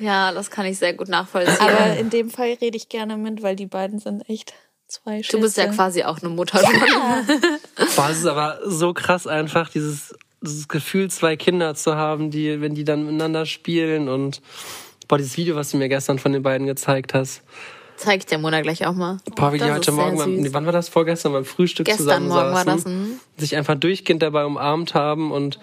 Speaker 3: Ja, das kann ich sehr gut nachvollziehen.
Speaker 6: Aber in dem Fall rede ich gerne mit, weil die beiden sind echt zwei
Speaker 3: du bist ja
Speaker 6: Schätze.
Speaker 3: quasi auch eine Mutter. Ja.
Speaker 4: Boah, es ist aber so krass einfach, dieses, dieses Gefühl, zwei Kinder zu haben, die, wenn die dann miteinander spielen und boah, dieses Video, was du mir gestern von den beiden gezeigt hast.
Speaker 3: Zeig ich der Mona gleich auch mal.
Speaker 4: Boah, wie die
Speaker 3: Das
Speaker 4: heute
Speaker 3: ist
Speaker 4: Morgen,
Speaker 3: sehr
Speaker 4: beim,
Speaker 3: süß.
Speaker 4: nee, wann war das? Vorgestern beim Frühstück
Speaker 3: Gestern
Speaker 4: zusammen
Speaker 3: Morgen war das,
Speaker 4: saßen,
Speaker 3: mhm.
Speaker 4: sich einfach durchgehend dabei umarmt haben und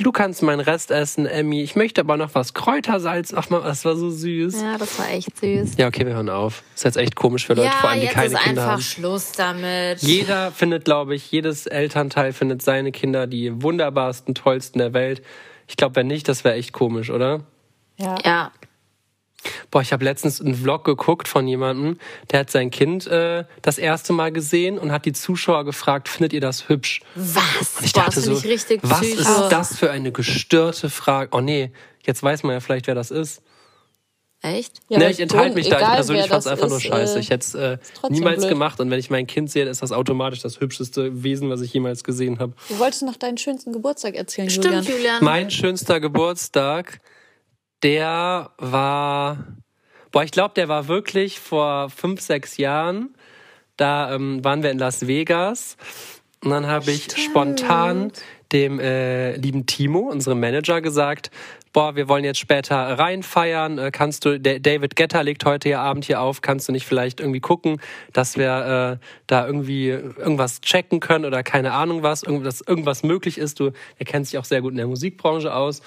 Speaker 4: du kannst meinen Rest essen, Emmy. Ich möchte aber noch was Kräutersalz. Ach man, das war so süß. Ja.
Speaker 3: Ja, das war echt süß.
Speaker 4: okay, wir hören auf. Ist jetzt echt komisch für Leute, vor allem, die
Speaker 3: jetzt
Speaker 4: keine
Speaker 3: ist
Speaker 4: Kinder
Speaker 3: einfach
Speaker 4: haben.
Speaker 3: Schluss damit.
Speaker 4: Jeder findet, glaube ich, jedes Elternteil findet seine Kinder die wunderbarsten, tollsten der Welt. Ich glaube, wenn nicht, das wäre echt komisch, oder?
Speaker 6: Ja.
Speaker 3: ja.
Speaker 4: Boah, ich habe letztens einen Vlog geguckt von jemandem, der hat sein Kind äh, das erste Mal gesehen und hat die Zuschauer gefragt, findet ihr das hübsch?
Speaker 3: Was?
Speaker 4: Und ich
Speaker 3: Boah,
Speaker 4: dachte
Speaker 3: das finde
Speaker 4: so,
Speaker 3: ich richtig
Speaker 4: was
Speaker 3: psycho.
Speaker 6: Oh.
Speaker 4: ist das für eine gestörte Frage? Oh nee, jetzt weiß man ja vielleicht, wer das ist.
Speaker 3: Echt?
Speaker 6: Ja,
Speaker 4: ne,
Speaker 6: aber
Speaker 4: ich enthalte
Speaker 6: dumm,
Speaker 4: mich da. Ich
Speaker 6: egal,
Speaker 4: persönlich
Speaker 6: wer
Speaker 4: fand's
Speaker 6: das
Speaker 4: einfach nur
Speaker 6: ist,
Speaker 4: scheiße.
Speaker 6: äh,
Speaker 4: Ich hätte es äh,
Speaker 6: trotzdem
Speaker 4: niemals
Speaker 6: blöd.
Speaker 4: gemacht und wenn ich mein Kind sehe, dann ist das automatisch das hübscheste Wesen, was ich jemals gesehen habe.
Speaker 6: Du wolltest noch deinen schönsten Geburtstag erzählen,
Speaker 3: Stimmt,
Speaker 6: Julian.
Speaker 3: Julian.
Speaker 4: Mein schönster Geburtstag, der war. Boah, ich glaube, der war wirklich vor fünf, sechs Jahren. Da ähm, waren wir in Las Vegas. Und dann habe ich spontan dem äh, lieben Timo, unserem Manager, gesagt, boah, wir wollen jetzt später reinfeiern. Äh, kannst du, der David Getter legt heute hier Abend hier auf, kannst du nicht vielleicht irgendwie gucken, dass wir äh, da irgendwie irgendwas checken können oder keine Ahnung was, irgend- dass irgendwas möglich ist. Du, er kennt sich auch sehr gut in der Musikbranche aus.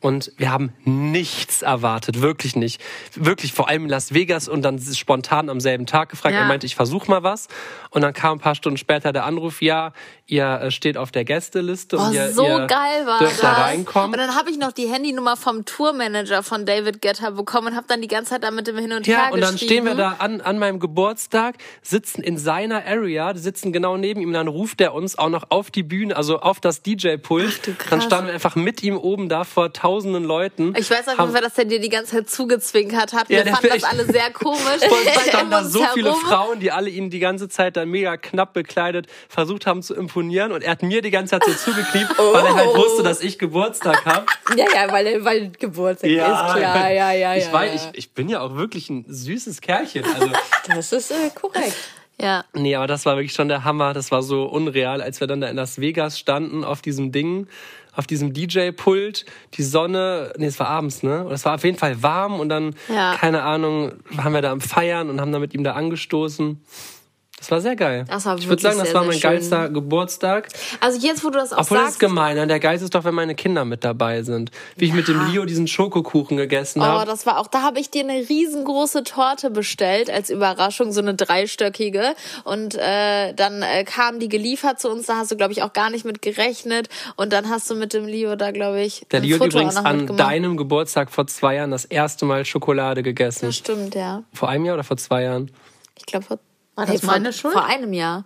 Speaker 4: Und wir haben nichts erwartet, wirklich nicht. Wirklich, vor allem in Las Vegas und dann spontan am selben Tag gefragt.
Speaker 3: Ja.
Speaker 4: Er meinte, ich versuche mal was. Und dann kam ein paar Stunden später der Anruf, ja, ihr äh, steht auf der Gästeliste.
Speaker 3: Boah,
Speaker 4: und ihr,
Speaker 3: Oh, so
Speaker 4: ihr
Speaker 3: geil war
Speaker 4: dürft
Speaker 3: das.
Speaker 4: da reinkommen.
Speaker 3: Und dann habe ich noch die Handynummer vom Tourmanager von David Getter bekommen und habe dann die ganze Zeit damit im Hin und
Speaker 4: Ja,
Speaker 3: Her
Speaker 4: und dann stehen wir
Speaker 3: geschrieben.
Speaker 4: da an, an meinem Geburtstag, sitzen in seiner Area, sitzen genau neben ihm, dann ruft er uns auch noch auf die Bühne, also auf das DJ-Pult. Dann standen wir einfach mit ihm oben da vor tausenden Leuten.
Speaker 3: Ich weiß auf jeden
Speaker 4: Haben-
Speaker 3: Fall, dass er dir die ganze Zeit zugezwinkert hat.
Speaker 4: Ja,
Speaker 3: Wir
Speaker 4: der-
Speaker 3: fanden das alle sehr komisch.
Speaker 4: Voll
Speaker 3: Weil
Speaker 4: standen
Speaker 3: um
Speaker 4: da
Speaker 3: uns
Speaker 4: so viele
Speaker 3: herum-
Speaker 4: Frauen, die alle ihn die ganze Zeit dann mega knapp bekleidet versucht haben zu imponieren und er hat mir die ganze Zeit so zugekniept, weil er
Speaker 6: Oh.
Speaker 4: halt wusste, dass ich Geburtstag habe.
Speaker 6: Ja, ja, weil, weil Geburtstag ist klar. Ja, ja,
Speaker 4: ich
Speaker 6: ja.
Speaker 4: weiß, ich, ich bin ja auch wirklich ein süßes Kerlchen. Also,
Speaker 6: Das ist äh, korrekt.
Speaker 3: Ja.
Speaker 4: nee, aber das war wirklich schon der Hammer. Das war so unreal, als wir dann da in Las Vegas standen auf diesem Ding, auf diesem DJ-Pult, die Sonne, nee, es war abends, ne? Und es war auf jeden Fall warm und dann,
Speaker 3: Ja.
Speaker 4: keine Ahnung, haben wir da am Feiern und haben da mit ihm da angestoßen. Das war sehr geil.
Speaker 3: Das war
Speaker 4: ich würde
Speaker 3: wirklich
Speaker 4: sagen, das
Speaker 3: sehr,
Speaker 4: war
Speaker 3: sehr
Speaker 4: mein
Speaker 3: schön.
Speaker 4: geilster Geburtstag.
Speaker 3: Also jetzt, wo du das auch
Speaker 4: Obwohl das ist
Speaker 3: sagst,
Speaker 4: gemein, ne? der Geist ist doch, wenn meine Kinder mit dabei sind. Wie ich mit dem Leo diesen Schokokuchen gegessen
Speaker 3: oh,
Speaker 4: habe.
Speaker 3: das war auch, da habe ich dir eine riesengroße Torte bestellt als Überraschung, so eine dreistöckige. Und äh, dann äh, kam die geliefert zu uns, da hast du, glaube ich, auch gar nicht mit gerechnet. Und dann hast du mit dem Leo da, glaube ich,
Speaker 4: Der
Speaker 3: ein
Speaker 4: Leo hat
Speaker 3: Foto auch
Speaker 4: übrigens
Speaker 3: noch
Speaker 4: an
Speaker 3: mitgemacht.
Speaker 4: deinem Geburtstag vor zwei Jahren das erste Mal Schokolade gegessen.
Speaker 3: Das stimmt, ja.
Speaker 4: Vor einem Jahr oder vor zwei Jahren?
Speaker 3: Ich glaube, vor,
Speaker 6: War das
Speaker 3: vor,
Speaker 6: meine Schuld?
Speaker 3: vor einem Jahr.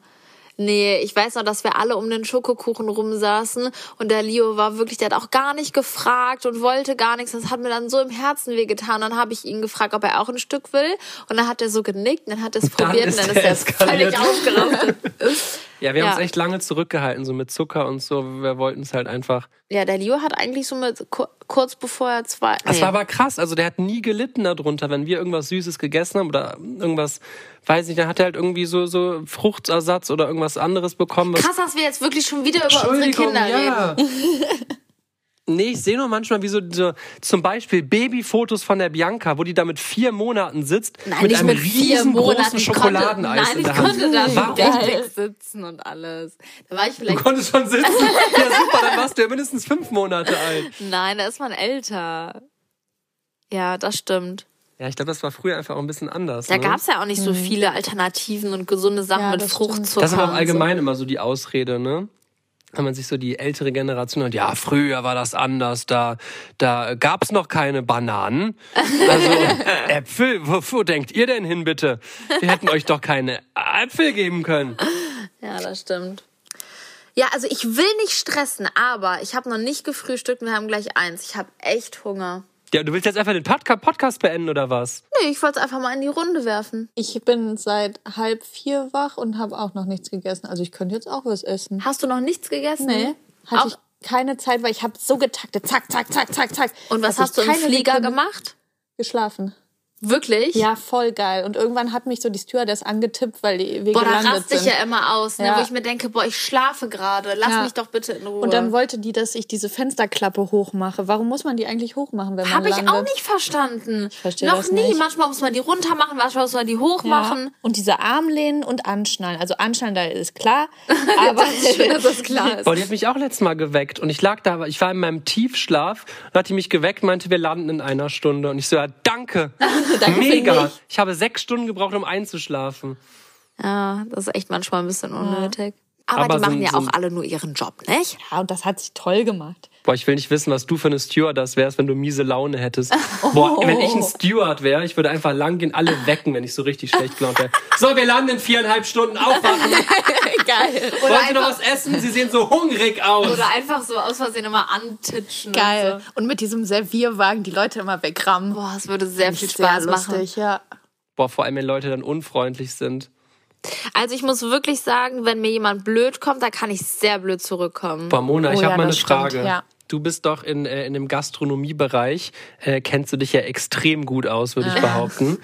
Speaker 3: Nee, ich weiß noch, dass wir alle um den Schokokuchen rumsaßen und der Leo war wirklich, der hat auch gar nicht gefragt und wollte gar nichts. Das hat mir dann so im Herzen wehgetan. Dann habe ich ihn gefragt, ob er auch ein Stück will und dann hat er so genickt, und dann hat er es
Speaker 4: Dann
Speaker 3: probiert
Speaker 4: ist
Speaker 3: und dann
Speaker 4: er
Speaker 3: ist er völlig
Speaker 4: eskaliert.
Speaker 3: ausgerastet.
Speaker 4: Ja, wir
Speaker 3: Ja.
Speaker 4: haben uns echt lange zurückgehalten, so mit Zucker und so. Wir wollten es halt einfach.
Speaker 3: ja, der Leo hat eigentlich so mit ku- kurz bevor er zwei.
Speaker 4: Das
Speaker 3: nee.
Speaker 4: war aber krass. Also der hat nie gelitten darunter, wenn wir irgendwas Süßes gegessen haben oder irgendwas, weiß nicht, dann hat er halt irgendwie so, so Fruchtersatz oder irgendwas anderes bekommen. Was
Speaker 3: Krass, dass wir jetzt wirklich schon wieder über unsere
Speaker 4: Entschuldigung,
Speaker 3: Kinder reden.
Speaker 4: ja. Nee, ich sehe nur manchmal, wie so, so zum Beispiel Babyfotos von der Bianca, wo die da mit vier Monaten sitzt,
Speaker 3: Nein,
Speaker 4: mit
Speaker 3: nicht
Speaker 4: einem
Speaker 3: mit vier Monaten.
Speaker 4: riesengroßen
Speaker 3: Ich
Speaker 4: Schokoladeneis
Speaker 3: konnte, nein,
Speaker 4: in der
Speaker 3: ich
Speaker 4: Hand.
Speaker 3: konnte da
Speaker 4: Warum?
Speaker 3: schon direkt sitzen und alles. Da war ich
Speaker 4: Du
Speaker 3: vielleicht.
Speaker 4: konntest schon sitzen. Ja, super, dann warst du ja mindestens fünf Monate alt.
Speaker 3: Nein, da ist man älter. Ja, das stimmt.
Speaker 4: Ja, ich glaube, das war früher einfach auch ein bisschen anders.
Speaker 3: Da
Speaker 4: ne?
Speaker 3: gab's ja auch nicht so viele Alternativen und gesunde Sachen
Speaker 6: Ja,
Speaker 3: mit
Speaker 6: das
Speaker 3: Fruchtzucker.
Speaker 4: Das ist aber
Speaker 3: und
Speaker 4: auch
Speaker 3: so.
Speaker 4: allgemein immer so die Ausrede, ne? Wenn man sich so die ältere Generation hat, ja, früher war das anders, da, da gab's noch keine Bananen. Also Äpfel, wofür denkt ihr denn hin, bitte? Wir hätten euch doch keine Äpfel geben können.
Speaker 3: Ja, das stimmt. Ja, also ich will nicht stressen, aber ich habe noch nicht gefrühstückt und wir haben gleich eins. Ich habe echt Hunger.
Speaker 4: Ja, du willst jetzt einfach den Podca- Podcast beenden oder was?
Speaker 3: Nee, ich wollte es einfach mal in die Runde werfen.
Speaker 6: Ich bin seit halb vier wach und habe auch noch nichts gegessen. Also ich könnte jetzt auch was essen.
Speaker 3: Hast du noch nichts gegessen?
Speaker 6: Nee,
Speaker 3: Auch,
Speaker 6: hatte ich keine Zeit, weil ich habe so getaktet. Zack, zack, zack, zack, zack.
Speaker 3: und was hast
Speaker 6: Dass
Speaker 3: du
Speaker 6: ich
Speaker 3: im
Speaker 6: keine
Speaker 3: Flieger
Speaker 6: Sekunde
Speaker 3: gemacht?
Speaker 6: Geschlafen.
Speaker 3: Wirklich?
Speaker 6: Ja, voll geil. Und irgendwann hat mich so die Stewardess angetippt, weil die- wir
Speaker 3: Boah, da
Speaker 6: gelandet
Speaker 3: raste ich
Speaker 6: sind.
Speaker 3: ja immer aus, ne?
Speaker 6: Ja.
Speaker 3: wo ich mir denke, boah, ich schlafe gerade, lass
Speaker 6: Ja.
Speaker 3: mich doch bitte in Ruhe.
Speaker 6: Und dann wollte die, dass ich diese Fensterklappe hochmache. Warum muss man die eigentlich hochmachen, wenn man
Speaker 3: Habe ich
Speaker 6: landet?
Speaker 3: auch nicht verstanden. Ich
Speaker 6: verstehe
Speaker 3: Noch
Speaker 6: das
Speaker 3: nie.
Speaker 6: nicht.
Speaker 3: Manchmal muss man die runter machen, manchmal muss man die hoch machen.
Speaker 6: Und diese Armlehnen und Anschnallen. Also Anschnallen, da ist klar. Aber
Speaker 3: Schön, dass das klar ist.
Speaker 4: Boah, die hat mich auch letztes Mal geweckt und ich lag da, aber ich war in meinem Tiefschlaf und hat die mich geweckt, meinte, wir landen in einer Stunde und ich so, ja, danke, mega. Ich habe sechs Stunden gebraucht, um einzuschlafen.
Speaker 3: Ja, das ist echt manchmal ein bisschen unnötig. Aber,
Speaker 4: Aber
Speaker 3: die machen
Speaker 4: so-
Speaker 3: ja
Speaker 4: so-
Speaker 3: auch alle nur ihren Job, nicht?
Speaker 6: ja, Ah, und das hat sich toll gemacht.
Speaker 4: Boah, ich will nicht wissen, was du für eine Stewardess wärst, wenn du miese Laune hättest. Boah, wenn ich ein Steward wäre, ich würde einfach langgehen, alle wecken, wenn ich so richtig schlecht gelaunt wäre. So, wir landen in viereinhalb Stunden. Aufwachen.
Speaker 6: Genau.
Speaker 3: Geil. Oder,
Speaker 4: Wollen Sie noch
Speaker 3: einfach,
Speaker 4: was essen? Sie sehen so hungrig aus.
Speaker 3: oder einfach so aus Versehen immer antitschen.
Speaker 6: Geil.
Speaker 3: Und so.
Speaker 6: Und mit diesem Servierwagen die Leute immer wegrammen.
Speaker 3: Boah, es würde sehr viel Spaß machen.
Speaker 6: ja.
Speaker 4: Boah, vor allem, wenn Leute dann unfreundlich sind.
Speaker 3: Also ich muss wirklich sagen, wenn mir jemand blöd kommt, da kann ich sehr blöd zurückkommen.
Speaker 4: Boah, Mona, ich hab
Speaker 6: Oh ja,
Speaker 4: habe mal eine
Speaker 6: das stimmt,
Speaker 4: Frage.
Speaker 6: ja.
Speaker 4: Du bist doch in, äh, in dem Gastronomiebereich, äh, kennst du dich ja extrem gut aus,
Speaker 6: Ah.
Speaker 4: würde ich behaupten.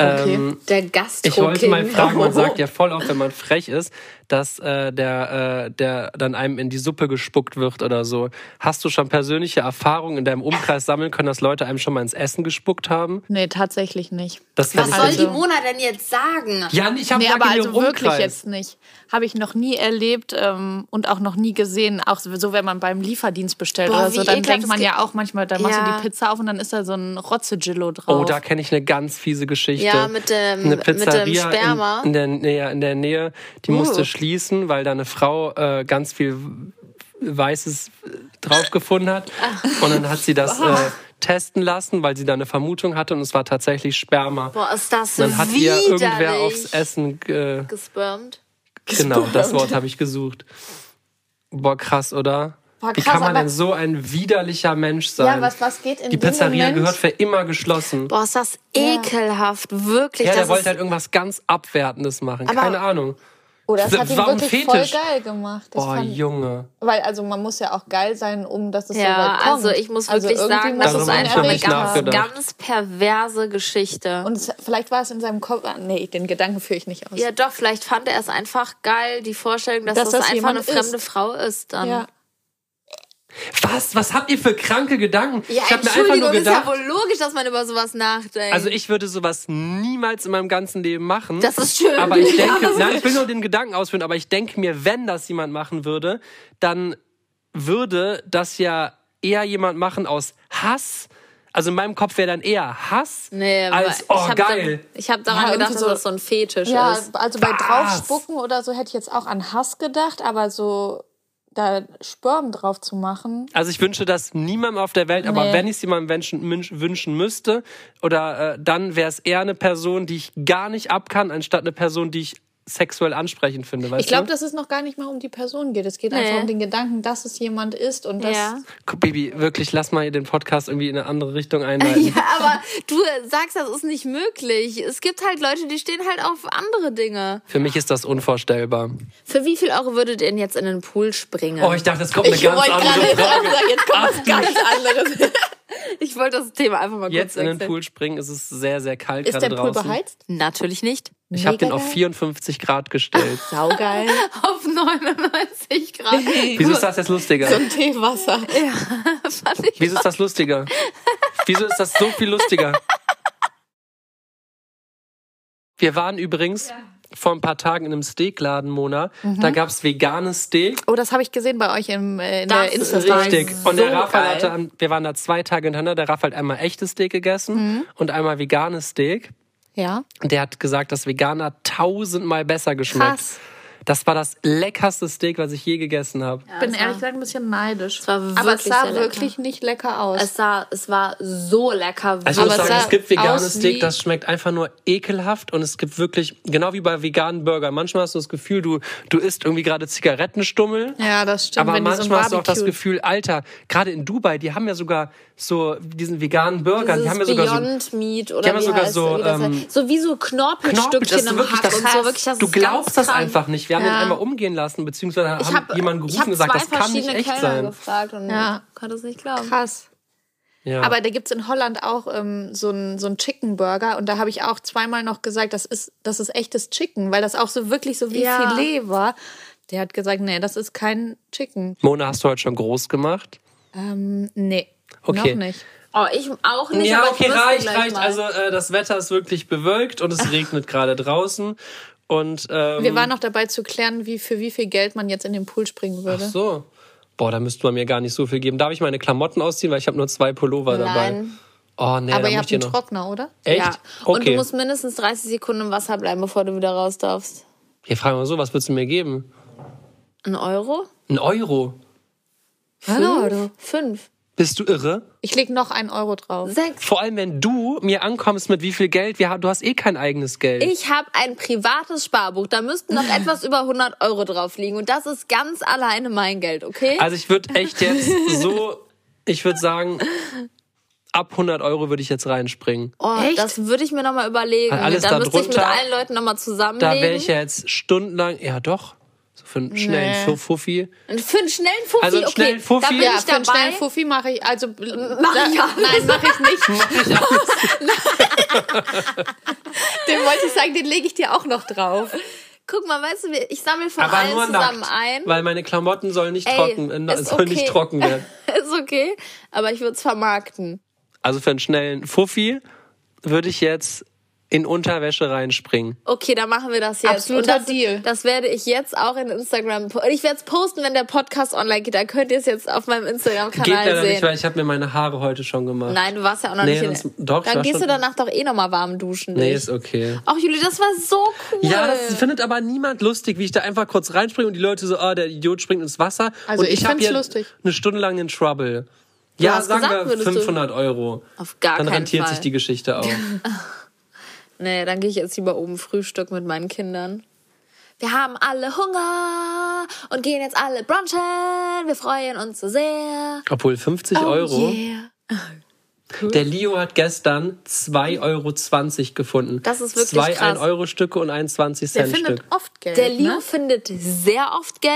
Speaker 4: Ähm,
Speaker 3: Der Gastro
Speaker 4: Ich wollte mal
Speaker 3: King.
Speaker 4: fragen, man
Speaker 3: Oh.
Speaker 4: sagt ja voll oft, wenn man frech ist, dass äh, der, äh, der dann einem in die Suppe gespuckt wird oder so. Hast du schon persönliche Erfahrungen in deinem Umkreis sammeln können, dass Leute einem schon mal ins Essen gespuckt haben?
Speaker 6: Nee, tatsächlich nicht.
Speaker 4: Das
Speaker 3: Was soll
Speaker 6: Also-
Speaker 3: die Mona denn jetzt sagen?
Speaker 4: Jan, ich habe
Speaker 6: Nee,
Speaker 4: gesagt,
Speaker 6: aber
Speaker 4: in
Speaker 6: also
Speaker 4: ihrem
Speaker 6: wirklich
Speaker 4: Umkreis.
Speaker 6: jetzt nicht. Habe ich noch nie erlebt ähm, und auch noch nie gesehen. Auch so, wenn man beim Lieferdienst bestellt
Speaker 3: Boah,
Speaker 6: oder
Speaker 3: wie
Speaker 6: so, dann
Speaker 3: ekelhaft,
Speaker 6: denkt
Speaker 3: das
Speaker 6: man
Speaker 3: geht-
Speaker 6: ja auch manchmal, da machst
Speaker 3: Ja.
Speaker 6: du die Pizza auf und dann ist da so ein Rotze-Gillo drauf.
Speaker 4: Oh, da kenne ich eine ganz fiese Geschichte.
Speaker 3: Ja, mit dem-
Speaker 4: eine
Speaker 3: mit dem
Speaker 4: Pizzeria
Speaker 3: Sperma. Uh.
Speaker 4: In, in, der, Nähe, in der Nähe, die musste schließen, weil da eine Frau äh, ganz viel Weißes drauf gefunden hat.
Speaker 3: Ah.
Speaker 4: Und dann hat sie das äh, testen lassen, weil sie da eine Vermutung hatte und es war tatsächlich Sperma.
Speaker 3: Boah, ist das
Speaker 4: Und dann hat ihr
Speaker 3: widerlich.
Speaker 4: irgendwer aufs Essen. Äh,
Speaker 3: gespirmt.
Speaker 4: genau, das Wort habe ich gesucht. Boah, krass, oder?
Speaker 6: Boah,
Speaker 4: Wie
Speaker 6: krass,
Speaker 4: kann man
Speaker 6: aber-
Speaker 4: denn so ein widerlicher Mensch sein?
Speaker 6: was- was geht in
Speaker 4: Die
Speaker 6: dem
Speaker 4: Pizzeria
Speaker 6: Moment?
Speaker 4: gehört für immer geschlossen.
Speaker 3: Boah, ist das ekelhaft, wirklich.
Speaker 4: Ja,
Speaker 3: das
Speaker 4: der wollte
Speaker 3: ist,
Speaker 4: halt irgendwas ganz Abwertendes machen.
Speaker 3: Aber-
Speaker 4: Keine Ahnung.
Speaker 3: Oh,
Speaker 6: Oder es
Speaker 4: Das
Speaker 6: hat ihn
Speaker 4: war ein
Speaker 6: wirklich
Speaker 4: Fetisch.
Speaker 6: voll geil gemacht. Das
Speaker 4: Boah,
Speaker 6: fand-
Speaker 4: Junge.
Speaker 6: weil also man muss ja auch geil sein, um dass es so
Speaker 3: ja,
Speaker 6: weit kommt.
Speaker 3: also ich muss
Speaker 6: Also
Speaker 3: wirklich
Speaker 6: irgendwie
Speaker 3: sagen,
Speaker 6: muss
Speaker 3: das
Speaker 6: es
Speaker 3: ist
Speaker 4: Darüber hab ich
Speaker 3: einfach
Speaker 4: noch
Speaker 3: eine
Speaker 4: nicht
Speaker 3: ganz,
Speaker 6: erregt haben.
Speaker 4: nachgedacht.
Speaker 3: ganz perverse Geschichte.
Speaker 6: Und es, vielleicht war es in seinem Kopf. ah, Nee, den Gedanken führe ich nicht aus.
Speaker 3: ja, doch, vielleicht fand er es einfach geil, die Vorstellung, dass
Speaker 6: Dass
Speaker 3: das,
Speaker 6: das
Speaker 3: einfach
Speaker 6: jemand
Speaker 3: eine fremde
Speaker 6: ist.
Speaker 3: Frau ist dann.
Speaker 6: Ja.
Speaker 4: Was? Was habt ihr für kranke Gedanken?
Speaker 3: Ja,
Speaker 4: ich habe mir einfach
Speaker 3: Entschuldigung,
Speaker 4: nur
Speaker 3: ist ja
Speaker 4: gedacht.
Speaker 3: wohl logisch, dass man über sowas nachdenkt.
Speaker 4: Also ich würde sowas niemals in meinem ganzen Leben machen.
Speaker 3: Das ist schön.
Speaker 4: Aber ich denke,
Speaker 3: Ja, das-
Speaker 4: nein, ich will nur den Gedanken ausführen, aber ich denke mir, wenn das jemand machen würde, dann würde das ja eher jemand machen aus Hass. Also in meinem Kopf wäre dann eher Hass als
Speaker 3: aber
Speaker 4: oh
Speaker 3: hab
Speaker 4: geil.
Speaker 3: Dann, ich habe daran
Speaker 6: Ja,
Speaker 3: gedacht,
Speaker 6: irgendwie
Speaker 3: dass
Speaker 6: so-
Speaker 3: das so ein Fetisch
Speaker 6: Ja,
Speaker 3: ist.
Speaker 6: also bei
Speaker 4: Was?
Speaker 6: draufspucken oder so hätte ich jetzt auch an Hass gedacht, aber so da Sperm drauf zu machen.
Speaker 4: Also ich wünsche das niemandem auf der Welt, aber
Speaker 6: Nee.
Speaker 4: wenn ich es jemandem wünschen, münsch- wünschen müsste, oder äh, dann wäre es eher eine Person, die ich gar nicht ab kann, anstatt eine Person, die ich sexuell ansprechend finde. Weißt
Speaker 6: Ich glaube,
Speaker 4: du?
Speaker 6: dass es noch gar nicht mal um die Person geht. Es geht
Speaker 3: Nee.
Speaker 6: einfach um den Gedanken, dass es jemand ist und das.
Speaker 3: Ja.
Speaker 4: Guck, Baby, wirklich, lass mal den Podcast irgendwie in eine andere Richtung einleiten.
Speaker 3: Ja, aber du sagst, das ist nicht möglich. Es gibt halt Leute, die stehen halt auf andere Dinge.
Speaker 4: Für mich ist das unvorstellbar.
Speaker 3: Für wie viel Euro würdet ihr denn jetzt in den Pool springen?
Speaker 4: Oh, ich dachte, es kommt eine ganz
Speaker 6: wollte
Speaker 4: andere
Speaker 6: gerade
Speaker 4: Frage.
Speaker 6: sagen, jetzt kommt was ganz anderes.
Speaker 3: Ich wollte das Thema einfach mal
Speaker 4: Jetzt
Speaker 3: kurz
Speaker 4: in den
Speaker 3: wechseln.
Speaker 4: Pool springen, ist es sehr, sehr kalt
Speaker 6: Ist
Speaker 4: gerade
Speaker 6: der Pool
Speaker 4: draußen.
Speaker 6: beheizt?
Speaker 3: Natürlich nicht.
Speaker 4: Ich habe den auf
Speaker 6: Mega.
Speaker 4: 54 Grad gestellt.
Speaker 6: Saugeil.
Speaker 3: Auf 99 Grad.
Speaker 4: Wieso ist das jetzt lustiger?
Speaker 6: Und Teewasser.
Speaker 3: Fand ich
Speaker 4: Wieso ist das lustiger? Wieso ist das so viel lustiger? Wir waren übrigens vor ein paar Tagen in einem Steakladen, Mona.
Speaker 3: Mhm.
Speaker 4: Da gab's veganes Steak.
Speaker 6: Oh, das habe ich gesehen bei euch im, äh, in
Speaker 3: Das
Speaker 6: der insta
Speaker 3: ist
Speaker 6: story
Speaker 4: Steak. Und der
Speaker 3: so
Speaker 4: Raphael
Speaker 3: geil.
Speaker 4: hatte, an- wir waren da zwei Tage hintereinander, der Raphael hat einmal echtes Steak gegessen
Speaker 3: Mhm.
Speaker 4: und einmal veganes Steak.
Speaker 6: Ja.
Speaker 4: Und Der hat gesagt, das Veganer tausendmal besser geschmeckt.
Speaker 6: Krass.
Speaker 4: Das war das leckerste Steak, was ich je gegessen habe.
Speaker 6: Ich bin ehrlich gesagt ein bisschen neidisch.
Speaker 3: war
Speaker 6: Aber Ah, es
Speaker 3: wirklich
Speaker 6: sah
Speaker 3: sehr lecker.
Speaker 6: wirklich nicht lecker aus.
Speaker 3: Es, sah, es war so lecker.
Speaker 4: Also ich muss
Speaker 6: Aber es
Speaker 4: sagen,
Speaker 6: sah
Speaker 4: es gibt veganes
Speaker 6: aus
Speaker 4: Steak,
Speaker 6: wie-
Speaker 4: das schmeckt einfach nur ekelhaft und es gibt wirklich, genau wie bei veganen Burger, manchmal hast du das Gefühl, du, du isst irgendwie gerade Zigarettenstummel.
Speaker 6: ja, das stimmt.
Speaker 4: Aber
Speaker 6: wenn die so
Speaker 4: manchmal
Speaker 6: ein
Speaker 4: hast du auch das
Speaker 6: Barbecue-
Speaker 4: Gefühl, Alter, gerade in Dubai, die haben ja sogar so diesen veganen Burger,
Speaker 3: Dieses
Speaker 4: die haben ja sogar so
Speaker 3: Beyond Meat oder
Speaker 4: die haben ja
Speaker 3: wie
Speaker 4: sogar
Speaker 3: heißt
Speaker 4: so,
Speaker 3: wie das
Speaker 4: ähm,
Speaker 3: heißt. so wie so
Speaker 4: Knorpel, das
Speaker 3: Knorpelstückchen
Speaker 4: ist
Speaker 3: im
Speaker 4: wirklich,
Speaker 3: Hack
Speaker 4: das,
Speaker 3: und so wirklich das
Speaker 4: du
Speaker 3: ist ganz
Speaker 4: glaubst das
Speaker 3: krank.
Speaker 4: einfach nicht. Wir haben
Speaker 6: Ja.
Speaker 4: ihn einmal umgehen lassen, beziehungsweise haben
Speaker 3: Ich hab-
Speaker 4: jemanden
Speaker 3: ich
Speaker 4: gerufen
Speaker 3: hab
Speaker 4: und gesagt,
Speaker 3: zwei
Speaker 4: das kann nicht
Speaker 3: verschiedene
Speaker 4: echt
Speaker 3: Kellner
Speaker 4: sein.
Speaker 3: gefragt und
Speaker 6: Ja.
Speaker 3: konnte es nicht glauben.
Speaker 6: Krass.
Speaker 4: Ja.
Speaker 6: Aber da gibt es in Holland auch ähm, so einen so einen Chicken Burger und da habe ich auch zweimal noch gesagt, das ist, das ist echtes Chicken, weil das auch so wirklich so wie
Speaker 3: Ja.
Speaker 6: Filet war. Der hat gesagt, nee, das ist kein Chicken.
Speaker 4: Mona, hast du heute schon groß gemacht?
Speaker 6: Ähm, nee,
Speaker 4: Okay.
Speaker 6: noch nicht.
Speaker 3: Oh, ich auch nicht.
Speaker 4: ja,
Speaker 3: aber
Speaker 4: okay,
Speaker 3: ich müsste
Speaker 4: reicht,
Speaker 3: gleich
Speaker 4: reicht.
Speaker 3: Mal.
Speaker 4: Also äh, das Wetter ist wirklich bewölkt und es regnet gerade draußen. Und ähm,
Speaker 6: Wir waren noch dabei zu klären, wie für wie viel Geld man jetzt in den Pool springen
Speaker 4: ach
Speaker 6: würde.
Speaker 4: so. Boah, da müsste man mir gar nicht so viel geben. Darf ich meine Klamotten ausziehen, weil ich habe nur zwei Pullover
Speaker 3: Nein.
Speaker 4: dabei. Oh nee,
Speaker 6: Aber
Speaker 4: da muss
Speaker 6: ihr
Speaker 4: ich
Speaker 6: habt
Speaker 4: dir
Speaker 6: einen
Speaker 4: noch.
Speaker 6: Trockner, oder?
Speaker 4: Echt?
Speaker 3: Ja. Und
Speaker 4: Okay.
Speaker 3: du musst mindestens 30 Sekunden im Wasser bleiben, bevor du wieder raus darfst.
Speaker 4: Hier fragen wir mal so, was würdest du mir geben?
Speaker 3: Ein Euro?
Speaker 4: Ein Euro.
Speaker 6: Hallo.
Speaker 3: Fünf?
Speaker 4: Bist du irre?
Speaker 6: Ich leg noch einen Euro drauf.
Speaker 3: Sechs?
Speaker 4: Vor allem, wenn du mir ankommst mit wie viel Geld, wir, ha- du hast eh kein eigenes Geld.
Speaker 3: Ich habe ein privates Sparbuch. Da müssten noch etwas über 100 Euro drauf liegen. Und das ist ganz alleine mein Geld, okay?
Speaker 4: Also ich würde echt jetzt so, ich würde sagen, ab 100 Euro würde ich jetzt reinspringen.
Speaker 3: oh,
Speaker 6: echt?
Speaker 3: das würde ich mir nochmal überlegen.
Speaker 4: Weil Also alles
Speaker 3: Dann
Speaker 4: da
Speaker 3: müsste ich mit
Speaker 4: drunter,
Speaker 3: allen Leuten nochmal
Speaker 4: Da wäre ich
Speaker 3: zusammenlegen.
Speaker 4: ja jetzt stundenlang, ja doch, so für einen schnellen
Speaker 6: Nee.
Speaker 4: Fuffi.
Speaker 3: Und Für einen schnellen Fuffi,
Speaker 4: Also einen
Speaker 3: okay.
Speaker 4: schnellen Fuffi?
Speaker 3: Da bin
Speaker 4: Ja,
Speaker 6: Ja,
Speaker 3: ich
Speaker 6: für einen schnellen
Speaker 3: dabei.
Speaker 6: Fuffi mache ich, also... Mach
Speaker 3: ich alles.
Speaker 6: Nein, mache ich nicht. den wollte ich sagen, den lege ich dir auch noch drauf.
Speaker 3: Guck mal, weißt du, ich sammle von
Speaker 4: Aber
Speaker 3: allen
Speaker 4: nur
Speaker 3: zusammen
Speaker 4: nackt,
Speaker 3: ein.
Speaker 4: weil meine Klamotten sollen nicht
Speaker 3: Ey,
Speaker 4: trocken, äh,
Speaker 3: ist
Speaker 4: sollen nicht
Speaker 3: okay.
Speaker 4: trocken werden.
Speaker 3: Ist okay, aber ich würde es vermarkten.
Speaker 4: Also für einen schnellen Fuffi würde ich jetzt in Unterwäsche reinspringen.
Speaker 3: Okay, dann machen wir das jetzt.
Speaker 6: Absoluter
Speaker 3: Und das,
Speaker 6: Deal.
Speaker 3: Das werde ich jetzt auch in Instagram. po- Ich werde es posten, wenn der Podcast online geht. Dann könnt ihr es jetzt auf meinem
Speaker 4: Geht leider
Speaker 3: Instagram-Kanal
Speaker 4: nicht,
Speaker 3: sehen.
Speaker 4: weil ich habe mir meine Haare heute schon gemacht.
Speaker 3: Nein, du warst ja auch noch
Speaker 4: Nee,
Speaker 3: nicht in
Speaker 4: das- doch, ich
Speaker 3: Dann
Speaker 4: war
Speaker 3: gehst du
Speaker 4: schon-
Speaker 3: danach doch eh nochmal warm duschen.
Speaker 4: Nee,
Speaker 3: durch.
Speaker 4: ist okay.
Speaker 3: Ach, Juli, das war so cool.
Speaker 4: Ja, das findet aber niemand lustig, wie ich da einfach kurz reinspringe und die Leute so, ah, der Idiot springt ins Wasser.
Speaker 6: Also
Speaker 4: und
Speaker 6: ich
Speaker 4: hab
Speaker 6: fand's
Speaker 4: hier
Speaker 6: lustig.
Speaker 4: eine Stunde lang in Trouble. Ja,
Speaker 3: hast
Speaker 4: sagen
Speaker 3: gesagt,
Speaker 4: wir
Speaker 3: würdest du-
Speaker 4: 500 Euro.
Speaker 3: Auf gar
Speaker 4: Dann
Speaker 3: keinen
Speaker 4: rentiert
Speaker 3: Fall.
Speaker 4: sich die Geschichte auch.
Speaker 3: Nee, dann gehe ich jetzt lieber oben Frühstück mit meinen Kindern. Wir haben alle Hunger und gehen jetzt alle brunchen. Wir freuen uns so sehr.
Speaker 4: Obwohl
Speaker 3: Oh,
Speaker 4: 50 Euro.
Speaker 6: Yeah.
Speaker 4: Der Leo hat gestern 2,20 Euro gefunden.
Speaker 3: Das ist wirklich
Speaker 4: Zwei
Speaker 3: krass.
Speaker 4: 1-Euro-Stücke und ein
Speaker 6: Der
Speaker 4: 20-Cent-Stück.
Speaker 6: findet oft Geld.
Speaker 3: Der Leo
Speaker 6: ne?
Speaker 3: findet sehr oft Geld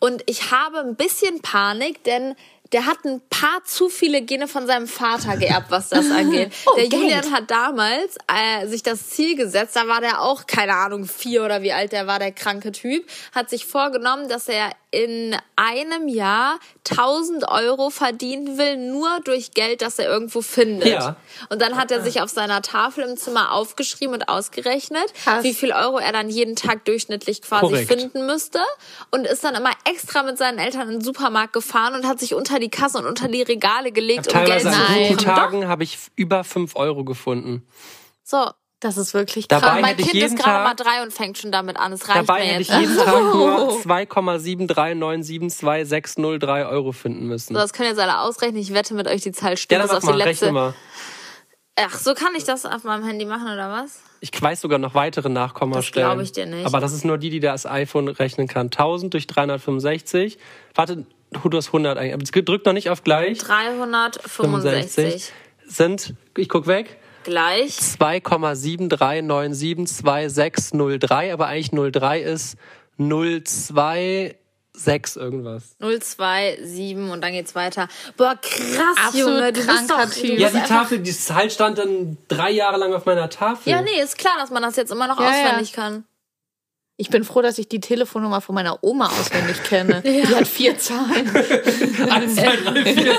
Speaker 3: und ich habe ein bisschen Panik, denn Der hat ein paar zu viele Gene von seinem Vater geerbt, was das angeht.
Speaker 6: Oh,
Speaker 3: der
Speaker 6: Geld.
Speaker 3: Julian hat damals äh, sich das Ziel gesetzt, da war der auch, keine Ahnung, vier oder wie alt der war, der kranke Typ, hat sich vorgenommen, dass er in einem Jahr 1000 Euro verdienen will, nur durch Geld, das er irgendwo findet.
Speaker 4: Ja.
Speaker 3: Und dann
Speaker 6: Ah.
Speaker 3: hat er sich auf seiner Tafel im Zimmer aufgeschrieben und ausgerechnet,
Speaker 6: Krass.
Speaker 3: wie viel Euro er dann jeden Tag durchschnittlich quasi
Speaker 4: Korrekt.
Speaker 3: finden müsste. Und ist dann immer extra mit seinen Eltern in den Supermarkt gefahren und hat sich unter die Kasse und unter die Regale gelegt, um Geld
Speaker 4: Teilweise
Speaker 3: zu
Speaker 4: an
Speaker 6: Nein.
Speaker 4: guten
Speaker 3: bekommen.
Speaker 4: Tagen habe ich über 5 Euro gefunden.
Speaker 3: So.
Speaker 6: Das ist wirklich
Speaker 4: Dabei
Speaker 6: krass.
Speaker 3: Aber mein
Speaker 4: hätte ich
Speaker 3: Kind ist
Speaker 4: jeden
Speaker 3: gerade mal
Speaker 4: Tag-
Speaker 3: drei und fängt schon damit an. Es reicht
Speaker 4: Dabei
Speaker 3: mir
Speaker 4: hätte ich
Speaker 3: jetzt.
Speaker 4: jeden Tag nur 2,73972603 Euro finden müssen.
Speaker 3: So, das könnt ihr jetzt alle ausrechnen. Ich wette mit euch, die Zahl
Speaker 4: ja,
Speaker 3: stimmt
Speaker 4: dann
Speaker 3: bis
Speaker 4: mach
Speaker 3: auf die
Speaker 4: mal, rechne
Speaker 3: letzte.
Speaker 4: mal.
Speaker 3: Ach, so kann ich das auf meinem Handy machen, oder was?
Speaker 4: Ich weiß sogar noch weitere Nachkommastellen.
Speaker 3: Das glaub ich dir nicht.
Speaker 4: Aber das ist nur die, die das iPhone rechnen kann. 1000 durch 365. Warte, du hast 100 eigentlich. Drück noch nicht auf gleich.
Speaker 3: 365
Speaker 4: Sind, ich guck weg,
Speaker 3: gleich
Speaker 4: 2,73972603. Aber eigentlich 03 ist 026 irgendwas.
Speaker 3: 027 und dann geht's weiter. Boah, krass,
Speaker 6: Absolut
Speaker 3: Junge, du bist
Speaker 6: kranker
Speaker 3: doch,
Speaker 6: Typ.
Speaker 3: Du
Speaker 4: Ja,
Speaker 3: bist
Speaker 4: die
Speaker 3: einfach,
Speaker 4: Tafel, die Zahl stand dann drei Jahre lang auf meiner Tafel.
Speaker 3: ja, nee, ist klar, dass man das jetzt immer noch
Speaker 6: Ja,
Speaker 3: auswendig
Speaker 6: ja.
Speaker 3: kann.
Speaker 6: Ich bin froh, dass ich die Telefonnummer von meiner Oma auswendig kenne. Die hat vier Zahlen.
Speaker 4: Eins, zwei, drei, vier.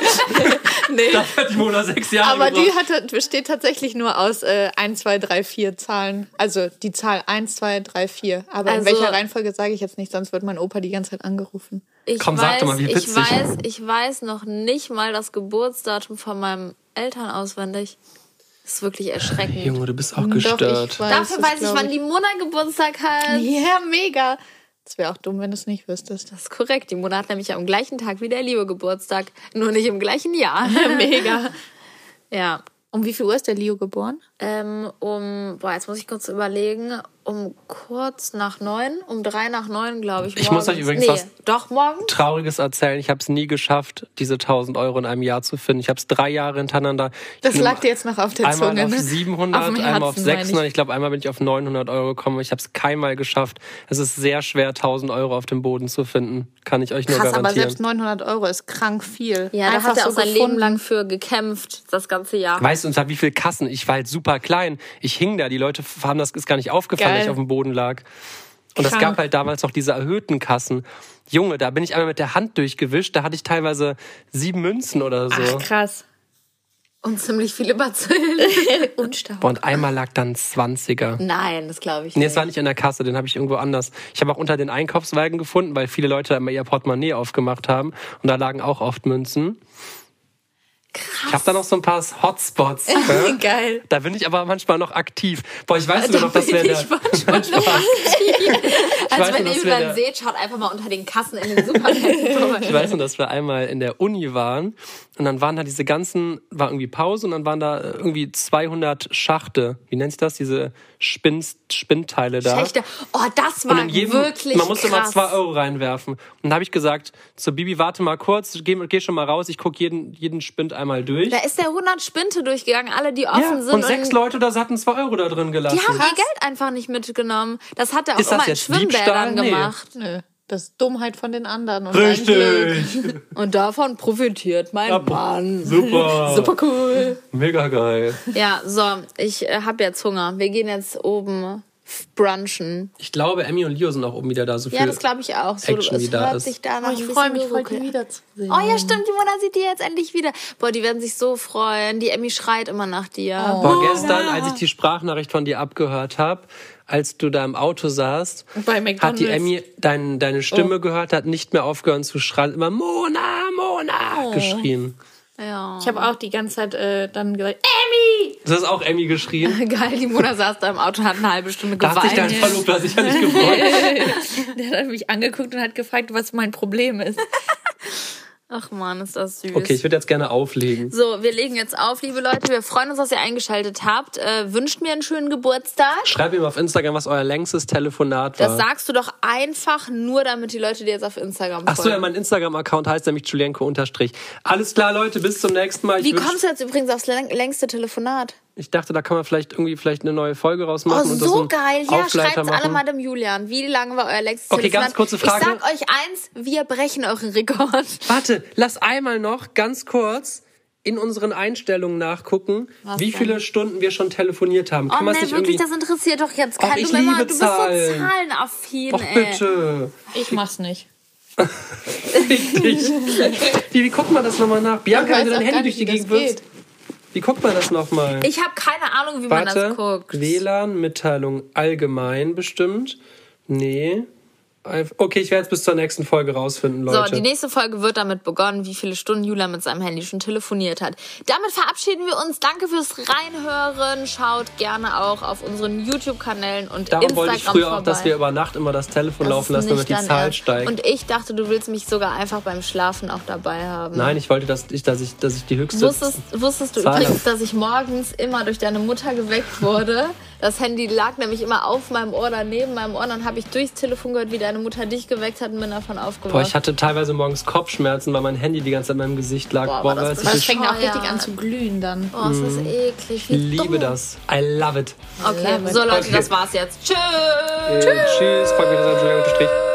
Speaker 6: Nee.
Speaker 4: Das hat die Mona sechs Jahre
Speaker 6: Aber die
Speaker 4: gebraucht.
Speaker 6: hat, besteht tatsächlich nur aus äh, 1, 2, 3, 4 Zahlen. Also die Zahl 1, 2, 3, 4. Aber in
Speaker 3: Also-
Speaker 6: welcher Reihenfolge sage ich jetzt nicht, sonst wird mein Opa die ganze Zeit angerufen.
Speaker 3: Ich
Speaker 4: Komm,
Speaker 3: weiß,
Speaker 4: sag doch mal, wie
Speaker 3: ich
Speaker 4: witzig.
Speaker 3: weiß, ich weiß noch nicht mal das Geburtsdatum von meinem Eltern auswendig. Das ist wirklich erschreckend.
Speaker 4: Junge, du bist auch
Speaker 6: Doch,
Speaker 4: gestört.
Speaker 6: ich weiß
Speaker 3: Dafür
Speaker 6: es,
Speaker 3: weiß ich,
Speaker 6: glaub
Speaker 3: wann die Mona Geburtstag hat.
Speaker 6: Ja, mega. Das wäre auch dumm, wenn du es nicht wüsstest.
Speaker 3: Das ist korrekt. Die Mona hat nämlich am gleichen Tag wie der Leo Geburtstag, nur nicht im gleichen Jahr.
Speaker 6: mega.
Speaker 3: ja.
Speaker 6: Um wie viel Uhr ist der Leo geboren?
Speaker 3: Ähm, um, boah, jetzt muss ich kurz überlegen, um kurz nach neun, um drei nach neun, glaube ich.
Speaker 4: Ich muss euch
Speaker 3: morgens.
Speaker 4: übrigens
Speaker 3: nee,
Speaker 4: was-
Speaker 3: Doch, morgen?
Speaker 4: Trauriges erzählen. Ich habe es nie geschafft, diese 1000 Euro in einem Jahr zu finden. Ich habe es drei Jahre hintereinander. Ich
Speaker 6: Das
Speaker 4: bin um
Speaker 6: lag dir jetzt noch auf der
Speaker 4: einmal
Speaker 6: Zunge.
Speaker 4: auf
Speaker 6: ne?
Speaker 4: 700,
Speaker 6: Auf dem
Speaker 4: einmal auf
Speaker 6: Herzen, meine
Speaker 4: 600. Ich, glaube, einmal bin ich auf 900 Euro gekommen. Ich habe es keinmal geschafft. Es ist sehr schwer, 1000 Euro auf dem Boden zu finden. Kann ich euch nur
Speaker 6: Krass, aber
Speaker 4: garantieren.
Speaker 6: selbst 900 Euro ist krank viel.
Speaker 3: Ja, da hat er auch sein Leben
Speaker 6: gefunden.
Speaker 3: lang für gekämpft, das ganze Jahr.
Speaker 4: Weißt du, unter wie viel Kassen? Ich war halt super klein. Ich hing da. Die Leute haben das ist gar nicht aufgefallen,
Speaker 6: Geil.
Speaker 4: dass ich auf dem Boden lag. Und es
Speaker 6: Krank.
Speaker 4: gab halt damals noch diese erhöhten Kassen. Junge, da bin ich einmal mit der Hand durchgewischt. Da hatte ich teilweise sieben Münzen oder so.
Speaker 6: Ach, krass.
Speaker 3: Und ziemlich viele Bazillen.
Speaker 4: Boah, Und einmal lag dann ein 20er.
Speaker 3: Nein, das glaube ich
Speaker 4: Nee,
Speaker 3: nicht.
Speaker 4: es war nicht in der Kasse, den habe ich irgendwo anders. Ich habe auch unter den Einkaufswagen gefunden, weil viele Leute immer ihr Portemonnaie aufgemacht haben und da lagen auch oft Münzen. Krass. Ich habe da noch so ein paar Hotspots. ne?
Speaker 6: Geil.
Speaker 4: Da bin ich aber manchmal noch aktiv. Boah, ich weiß sogar noch, dass wir in
Speaker 3: bin
Speaker 4: der
Speaker 3: Also, ich manchmal
Speaker 4: Spaß. Ich weiß
Speaker 3: Also wenn
Speaker 4: noch,
Speaker 3: ihr jemanden
Speaker 4: dass wir in der-
Speaker 3: seht, schaut einfach mal unter den Kassen in den Supermärkten
Speaker 4: Ich
Speaker 3: vorbei.
Speaker 4: weiß nur, dass wir einmal in der Uni waren und dann waren da diese ganzen, war irgendwie Pause und dann waren da äh, irgendwie 200 Schachte, wie nennt sich das, diese Spinnst, Spinnteile da.
Speaker 3: Schlechter. Oh, das war
Speaker 4: Und in jedem,
Speaker 3: wirklich
Speaker 4: man musste
Speaker 3: krass.
Speaker 4: mal 2 Euro reinwerfen. Und dann habe ich gesagt zu Bibi, warte mal kurz, geh, geh schon mal raus, ich gucke jeden, jeden Spind einmal durch.
Speaker 3: Da ist der 100 Spinte durchgegangen, alle, die offen
Speaker 4: ja,
Speaker 3: sind.
Speaker 4: und sechs Leute oder so hatten 2 Euro da drin gelassen.
Speaker 3: die haben ihr Geld einfach nicht mitgenommen. Das hat er auch
Speaker 4: Ist das
Speaker 3: immer in
Speaker 4: jetzt Diebstahl?
Speaker 3: Schwimmbädern
Speaker 4: Nee.
Speaker 3: gemacht.
Speaker 6: Nö, das ist Dummheit von den anderen. Und dein Glück.
Speaker 4: Richtig!
Speaker 3: Und davon profitiert mein Mann.
Speaker 4: Super!
Speaker 3: Super cool.
Speaker 4: Mega geil.
Speaker 3: Ja, so, ich äh, hab jetzt Hunger. Wir gehen jetzt oben f- brunchen.
Speaker 4: Ich glaube, Emmy und Leo sind auch oben wieder da. So
Speaker 3: Ja,
Speaker 4: viel
Speaker 3: das glaube ich auch. So,
Speaker 4: Action, die
Speaker 3: es
Speaker 4: da
Speaker 3: hört
Speaker 4: ist.
Speaker 3: sich danach
Speaker 6: Oh,
Speaker 3: ein
Speaker 6: ich
Speaker 3: bisschen
Speaker 6: freue mich, heute
Speaker 3: geruckelt
Speaker 6: wiederzusehen.
Speaker 3: Oh ja, stimmt, die Mona sieht die jetzt endlich wieder. Boah, die werden sich so freuen. Die Emmy schreit immer nach dir.
Speaker 4: Boah, gestern, als ich die Sprachnachricht von dir abgehört habe, als du da im Auto saßt,
Speaker 6: Bei
Speaker 4: hat die
Speaker 6: McDonald's.
Speaker 4: Emmy dein, deine
Speaker 3: Oh.
Speaker 4: Stimme gehört, hat nicht mehr aufgehört zu schreien, immer Mona,
Speaker 3: Oh.
Speaker 4: Mona geschrien.
Speaker 3: Ja.
Speaker 6: Ich habe auch die ganze Zeit äh, dann gesagt, äh,
Speaker 4: Das ist auch Emmy geschrien.
Speaker 3: Geil, die Mona saß da im Auto, hat eine halbe Stunde
Speaker 4: Da hat sich dein
Speaker 3: geweint.
Speaker 4: Verlobter sicherlich gefreut.
Speaker 6: der hat mich angeguckt und hat gefragt, was mein Problem ist.
Speaker 3: Ach man, ist das süß.
Speaker 4: Okay, ich würde jetzt gerne auflegen.
Speaker 3: so, wir legen jetzt auf, liebe Leute. Wir freuen uns, dass ihr eingeschaltet habt. Äh, wünscht mir einen schönen Geburtstag.
Speaker 4: Schreibt ihm auf Instagram, was euer längstes Telefonat war.
Speaker 3: Das sagst du doch einfach nur, damit die Leute dir jetzt auf Instagram folgen.
Speaker 4: Ach so, ja, mein Instagram-Account heißt nämlich Julienko unterstrich. Alles klar, Leute, bis zum nächsten Mal. Ich
Speaker 3: Wie
Speaker 4: wünsch-
Speaker 3: kommst du jetzt übrigens aufs läng- längste Telefonat?
Speaker 4: Ich dachte, da kann man vielleicht irgendwie vielleicht eine neue Folge
Speaker 3: Oh,
Speaker 4: rausmachen. und das
Speaker 3: so
Speaker 4: einen
Speaker 3: geil. Ja,
Speaker 4: Aufgleiter
Speaker 3: schreibt's alle
Speaker 4: machen.
Speaker 3: mal dem Julian. Wie lange war euer längstes
Speaker 4: Okay, ganz
Speaker 3: Telefonat?
Speaker 4: kurze Frage.
Speaker 3: Ich sag euch eins, wir brechen euren Rekord.
Speaker 4: Warte, lass einmal noch ganz kurz in unseren Einstellungen nachgucken, wie
Speaker 3: denn?
Speaker 4: viele Stunden wir schon telefoniert haben.
Speaker 3: Oh
Speaker 4: Kann
Speaker 3: man,
Speaker 4: man es nicht
Speaker 3: wirklich,
Speaker 4: irgendwie...
Speaker 3: das interessiert doch jetzt
Speaker 4: Ach,
Speaker 3: keinen.
Speaker 4: ich
Speaker 3: Du, immer,
Speaker 4: liebe
Speaker 3: du bist so
Speaker 4: Zahlen.
Speaker 3: zahlenaffin,
Speaker 4: Ach,
Speaker 3: ey.
Speaker 4: bitte.
Speaker 6: Ich mach's nicht.
Speaker 4: Richtig. wie, wie guckt man das nochmal nach? Bianca, wenn du dein Handy durch die Gegend wirfst, wie guckt man das nochmal?
Speaker 3: Ich habe keine Ahnung, wie man das
Speaker 4: Warte,
Speaker 3: guckt.
Speaker 4: WLAN-Mitteilung allgemein bestimmt. Nee. Einf- Okay, ich werde es bis zur nächsten Folge rausfinden,
Speaker 3: So,
Speaker 4: Leute.
Speaker 3: die nächste Folge wird damit begonnen, wie viele Stunden Julian mit seinem Handy schon telefoniert hat. Damit verabschieden wir uns. Danke fürs Reinhören. Schaut gerne auch auf unseren YouTube-Kanälen und
Speaker 4: Darum
Speaker 3: Instagram
Speaker 4: wollte ich früher
Speaker 3: vorbei.
Speaker 4: auch, dass wir über Nacht immer das Telefon
Speaker 3: Das
Speaker 4: laufen
Speaker 3: ist
Speaker 4: lassen, damit die
Speaker 3: nicht dein
Speaker 4: Zahl
Speaker 3: Ernst.
Speaker 4: steigt.
Speaker 3: Und ich dachte, du willst mich sogar einfach beim Schlafen auch dabei haben.
Speaker 4: Nein, ich wollte, dass ich, dass ich, dass ich die höchste.
Speaker 3: Wusstest, wusstest du
Speaker 4: Zahle.
Speaker 3: übrigens, dass ich morgens immer durch deine Mutter geweckt wurde? Das Handy lag nämlich immer auf meinem Ohr oder neben meinem Ohr. Dann habe ich durchs Telefon gehört, wie deine Mutter dich geweckt hat und bin davon aufgewacht.
Speaker 4: Boah, ich hatte teilweise morgens Kopfschmerzen, weil mein Handy die ganze Zeit in meinem Gesicht lag.
Speaker 3: Boah,
Speaker 4: Boah,
Speaker 3: aber das
Speaker 4: weiß
Speaker 3: ist-
Speaker 4: ich,
Speaker 6: Das
Speaker 4: ich
Speaker 6: fängt auch richtig
Speaker 3: ja.
Speaker 6: an zu glühen dann.
Speaker 3: Boah, es ist eklig. Wie
Speaker 4: liebe
Speaker 3: dumm.
Speaker 4: das. I love it.
Speaker 3: Okay, so Leute,
Speaker 4: Okay.
Speaker 3: das war's jetzt. Tschüss.
Speaker 4: Äh, Tschüss, folgt mir das Julian unterstrich.